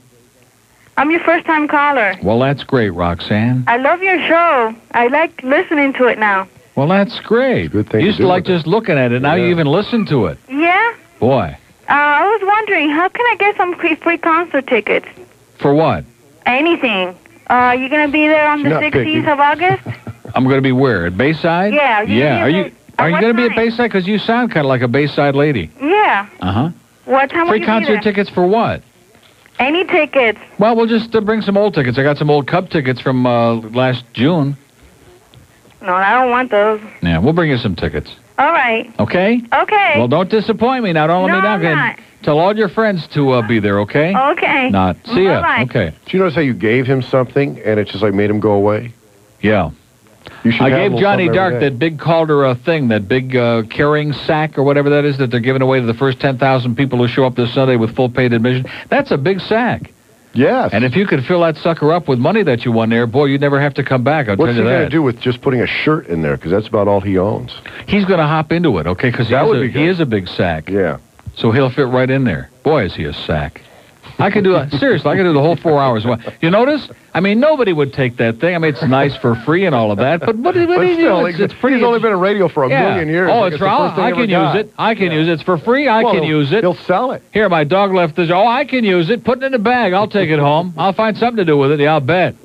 Speaker 27: I'm your first time caller.
Speaker 2: Well, that's great, Roxanne.
Speaker 27: I love your show. I like listening to it now.
Speaker 2: Well, that's great. Good thing you used
Speaker 23: to
Speaker 2: to
Speaker 23: do
Speaker 2: like just looking at it. Now you even listen to it.
Speaker 27: Yeah?
Speaker 2: Boy,
Speaker 27: Uh, I was wondering, how can I get some free, free concert tickets?
Speaker 2: for what?
Speaker 27: Anything. Uh, you going to be there on
Speaker 2: She's
Speaker 27: the
Speaker 2: not
Speaker 27: 16th
Speaker 2: picky.
Speaker 27: of August?
Speaker 2: I'm going to be where? At Bayside?
Speaker 27: Yeah, are you
Speaker 2: yeah.
Speaker 27: gonna
Speaker 2: Are
Speaker 27: be
Speaker 2: you
Speaker 27: at
Speaker 2: are you
Speaker 27: what
Speaker 2: going to be at
Speaker 27: time?
Speaker 2: Bayside? Because you sound kind of like a Bayside lady.
Speaker 27: yeah.
Speaker 2: Uh
Speaker 27: What
Speaker 2: huh.
Speaker 27: time will
Speaker 2: Free
Speaker 27: you be
Speaker 2: concert
Speaker 27: there?
Speaker 2: tickets for what?
Speaker 27: Any tickets.
Speaker 2: Well, we'll just uh, bring some old tickets. I got some old Cub tickets from uh, last June.
Speaker 27: No, I don't want those.
Speaker 2: Yeah, we'll bring you some tickets.
Speaker 27: All right.
Speaker 2: Okay?
Speaker 27: Okay.
Speaker 2: Well, don't disappoint me now. Don't let
Speaker 27: No,
Speaker 2: me down.
Speaker 27: I'm not. Oh,
Speaker 2: Tell all your friends to uh, be there, okay?
Speaker 27: Okay.
Speaker 2: Not.
Speaker 27: See ya. Bye-bye.
Speaker 2: Okay.
Speaker 23: Do you notice how you gave him something and it just like made him go away?
Speaker 2: Yeah.
Speaker 23: You should
Speaker 2: I
Speaker 23: have a
Speaker 2: gave
Speaker 23: little
Speaker 2: Johnny
Speaker 23: something every
Speaker 2: Dark
Speaker 23: day.
Speaker 2: that big Calder uh, thing, that big uh, carrying sack or whatever that is that they're giving away to the first 10,000 people who show up this Sunday with full paid admission. That's a big sack.
Speaker 23: Yes.
Speaker 2: And if you could fill that sucker up with money that you won there, boy, you'd never have to come back. I'll
Speaker 23: What's
Speaker 2: tell
Speaker 23: he
Speaker 2: you
Speaker 23: going to
Speaker 2: that.
Speaker 23: do with just putting a shirt in there? Because that's about all he owns.
Speaker 2: He's going to hop into it, okay? Because he,
Speaker 23: That
Speaker 2: is
Speaker 23: would
Speaker 2: a-
Speaker 23: be
Speaker 2: he
Speaker 23: good.
Speaker 2: is a big sack.
Speaker 23: Yeah.
Speaker 2: So he'll fit right in there. Boy, is he a sack. I could do it. Seriously, I could do the whole four hours. Wha- You notice? I mean, nobody would take that thing. I mean, it's nice for free and all of that, but what, what do you
Speaker 23: still,
Speaker 2: do? It's, it's pretty.
Speaker 23: He's only been on radio for a
Speaker 2: yeah.
Speaker 23: million years.
Speaker 2: Oh,
Speaker 23: Like,
Speaker 2: it's,
Speaker 23: the
Speaker 2: raw.
Speaker 23: first thing
Speaker 2: I
Speaker 23: he
Speaker 2: can
Speaker 23: ever got.
Speaker 2: use it. I can use it. It's for free. I
Speaker 23: Well,
Speaker 2: can use it.
Speaker 23: He'll sell it.
Speaker 2: Here, my dog left this. Oh, I can use it. Put it in the bag. I'll take it home. I'll find something to do with it. Yeah, I'll bet.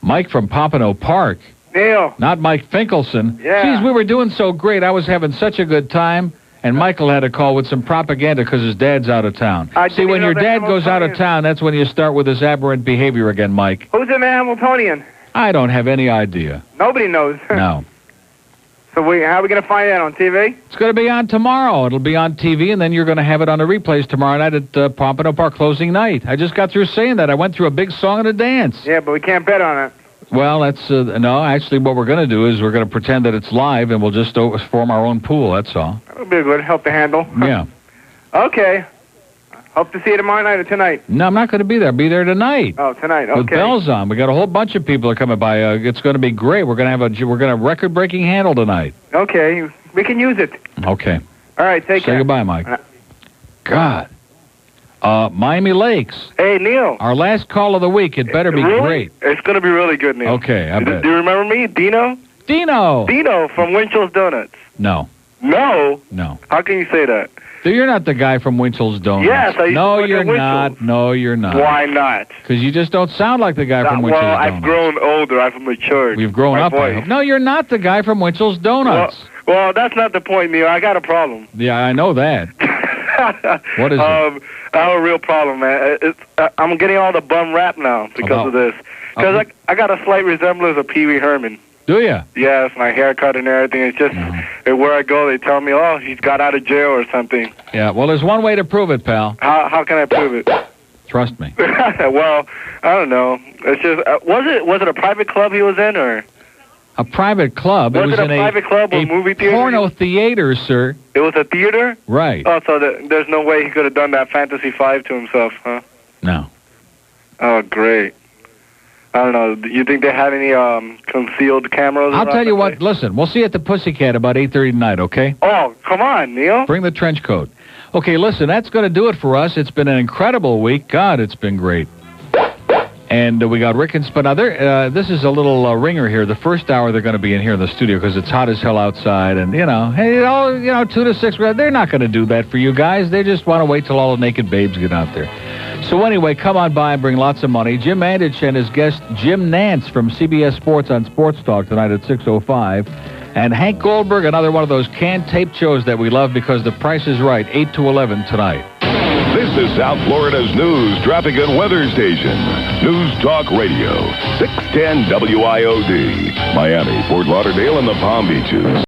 Speaker 2: Mike from Pompano Park.
Speaker 20: Neil.
Speaker 2: Not Mike Finkelson.
Speaker 20: Yeah.
Speaker 2: Geez, we were doing so great. I was having such a good time. And Michael had a call with some propaganda because his dad's out of town.
Speaker 24: I
Speaker 2: See,
Speaker 24: didn't
Speaker 2: when
Speaker 24: know
Speaker 2: your
Speaker 24: that
Speaker 2: dad
Speaker 24: was
Speaker 2: goes out of
Speaker 24: funny.
Speaker 2: town, that's when you start with his aberrant behavior again, Mike.
Speaker 24: Who's an Hamiltonian?
Speaker 2: I don't have any idea.
Speaker 24: Nobody knows.
Speaker 2: No.
Speaker 24: so we, how are we going to find out on TV?
Speaker 2: It's going to be on tomorrow. It'll be on TV, and then you're going to have it on the replays tomorrow night at uh, Pompano Park closing night. I just got through saying that. I went through a big song and a dance.
Speaker 24: Yeah, but we can't bet on it.
Speaker 2: Well, that's uh, no. Actually, what we're going to do is we're going to pretend that it's live, and we'll just o- form our own pool. That's all.
Speaker 24: That'll be a good help to handle.
Speaker 2: Yeah.
Speaker 24: Okay. Hope to see you tomorrow night or tonight.
Speaker 2: No, I'm not going to be there. I'll be there tonight
Speaker 24: Oh, tonight.
Speaker 2: with
Speaker 24: Okay.
Speaker 2: bells on. We got a whole bunch of people are coming by. Uh, it's going to be great. We're going to have a j- we're going to record breaking handle tonight.
Speaker 24: Okay. We can use it.
Speaker 2: Okay.
Speaker 24: All right. Take
Speaker 2: Say
Speaker 24: care. Uh,
Speaker 2: goodbye, Mike. God. Uh, Miami Lakes.
Speaker 24: Hey, Neil.
Speaker 2: Our last call of the week. It better be
Speaker 24: really?
Speaker 2: great.
Speaker 24: It's going to be really good, Neil.
Speaker 2: Okay, I
Speaker 24: Do-
Speaker 2: bet.
Speaker 24: Do you remember me, Dino?
Speaker 2: Dino.
Speaker 24: Dino from Winchell's Donuts.
Speaker 2: No,
Speaker 24: No.
Speaker 2: no.
Speaker 24: How can you say that?
Speaker 2: You're not the guy from Winchell's Donuts.
Speaker 24: Yes, I used to
Speaker 2: no,
Speaker 24: work at
Speaker 2: you're
Speaker 24: Winchell's.
Speaker 2: not. No, you're not.
Speaker 24: Why not?
Speaker 2: Because you just don't sound like the guy from
Speaker 24: well,
Speaker 2: Winchell's
Speaker 24: I've
Speaker 2: Donuts.
Speaker 24: grown older. I've matured.
Speaker 2: You've grown
Speaker 24: My
Speaker 2: up. I
Speaker 24: voice.
Speaker 2: hope. No, you're not the guy from Winchell's Donuts.
Speaker 24: Well, that's not the point, Neil. I got a problem.
Speaker 2: yeah, I know that. What is it?
Speaker 24: um, I have a real problem, man. It's, uh, I'm getting all the bum rap now because
Speaker 2: About-
Speaker 24: of this. Because I, I got a slight resemblance of Pee Wee Herman.
Speaker 2: Do you?
Speaker 24: Yes, my haircut and everything. It's just
Speaker 2: Mm-hmm.
Speaker 24: uh, where I go, they tell me, oh, he's got out of jail or something.
Speaker 2: Yeah. Well, there's one way to prove it, pal.
Speaker 24: How, how can I prove it?
Speaker 2: Trust me.
Speaker 24: well, I don't know. It's just uh, was it was it a private club he was in or
Speaker 2: A private club.
Speaker 24: was
Speaker 2: it was
Speaker 24: it a
Speaker 2: in
Speaker 24: private club or
Speaker 2: a
Speaker 24: movie theater?
Speaker 2: porno theater, sir.
Speaker 24: It was a theater.
Speaker 2: Right.
Speaker 24: Oh, so the, there's no way he could have done that Fantasy Five to himself, huh?
Speaker 2: No.
Speaker 24: Oh, great. I don't know. Do you think they have any um, concealed cameras?
Speaker 2: I'll
Speaker 24: around
Speaker 2: tell you
Speaker 24: the
Speaker 2: what.
Speaker 24: place?
Speaker 2: Listen, we'll see you at the Pussycat about 8:30 tonight, okay?
Speaker 24: Oh, come on, Neil.
Speaker 2: Bring the trench coat. Okay, listen, that's going to do it for us. It's been an incredible week. God, it's been great. And uh, we got Rick and Spinother. Uh, this is a little uh, ringer here. The first hour they're going to be in here in the studio because it's hot as hell outside. And, you know, hey, you know, you know two to six, they're not going to do that for you guys. They just want to wait till all the naked babes get out there. So anyway, come on by and bring lots of money. Jim Andich and his guest Jim Nance from CBS Sports on Sports Talk tonight at 6.05. And Hank Goldberg, another one of those canned tape shows that we love because the price is right, 8 to 11 tonight.
Speaker 6: This is South Florida's news, traffic, and weather station. News Talk Radio, 610 WIOD, Miami, Fort Lauderdale, and the Palm Beaches.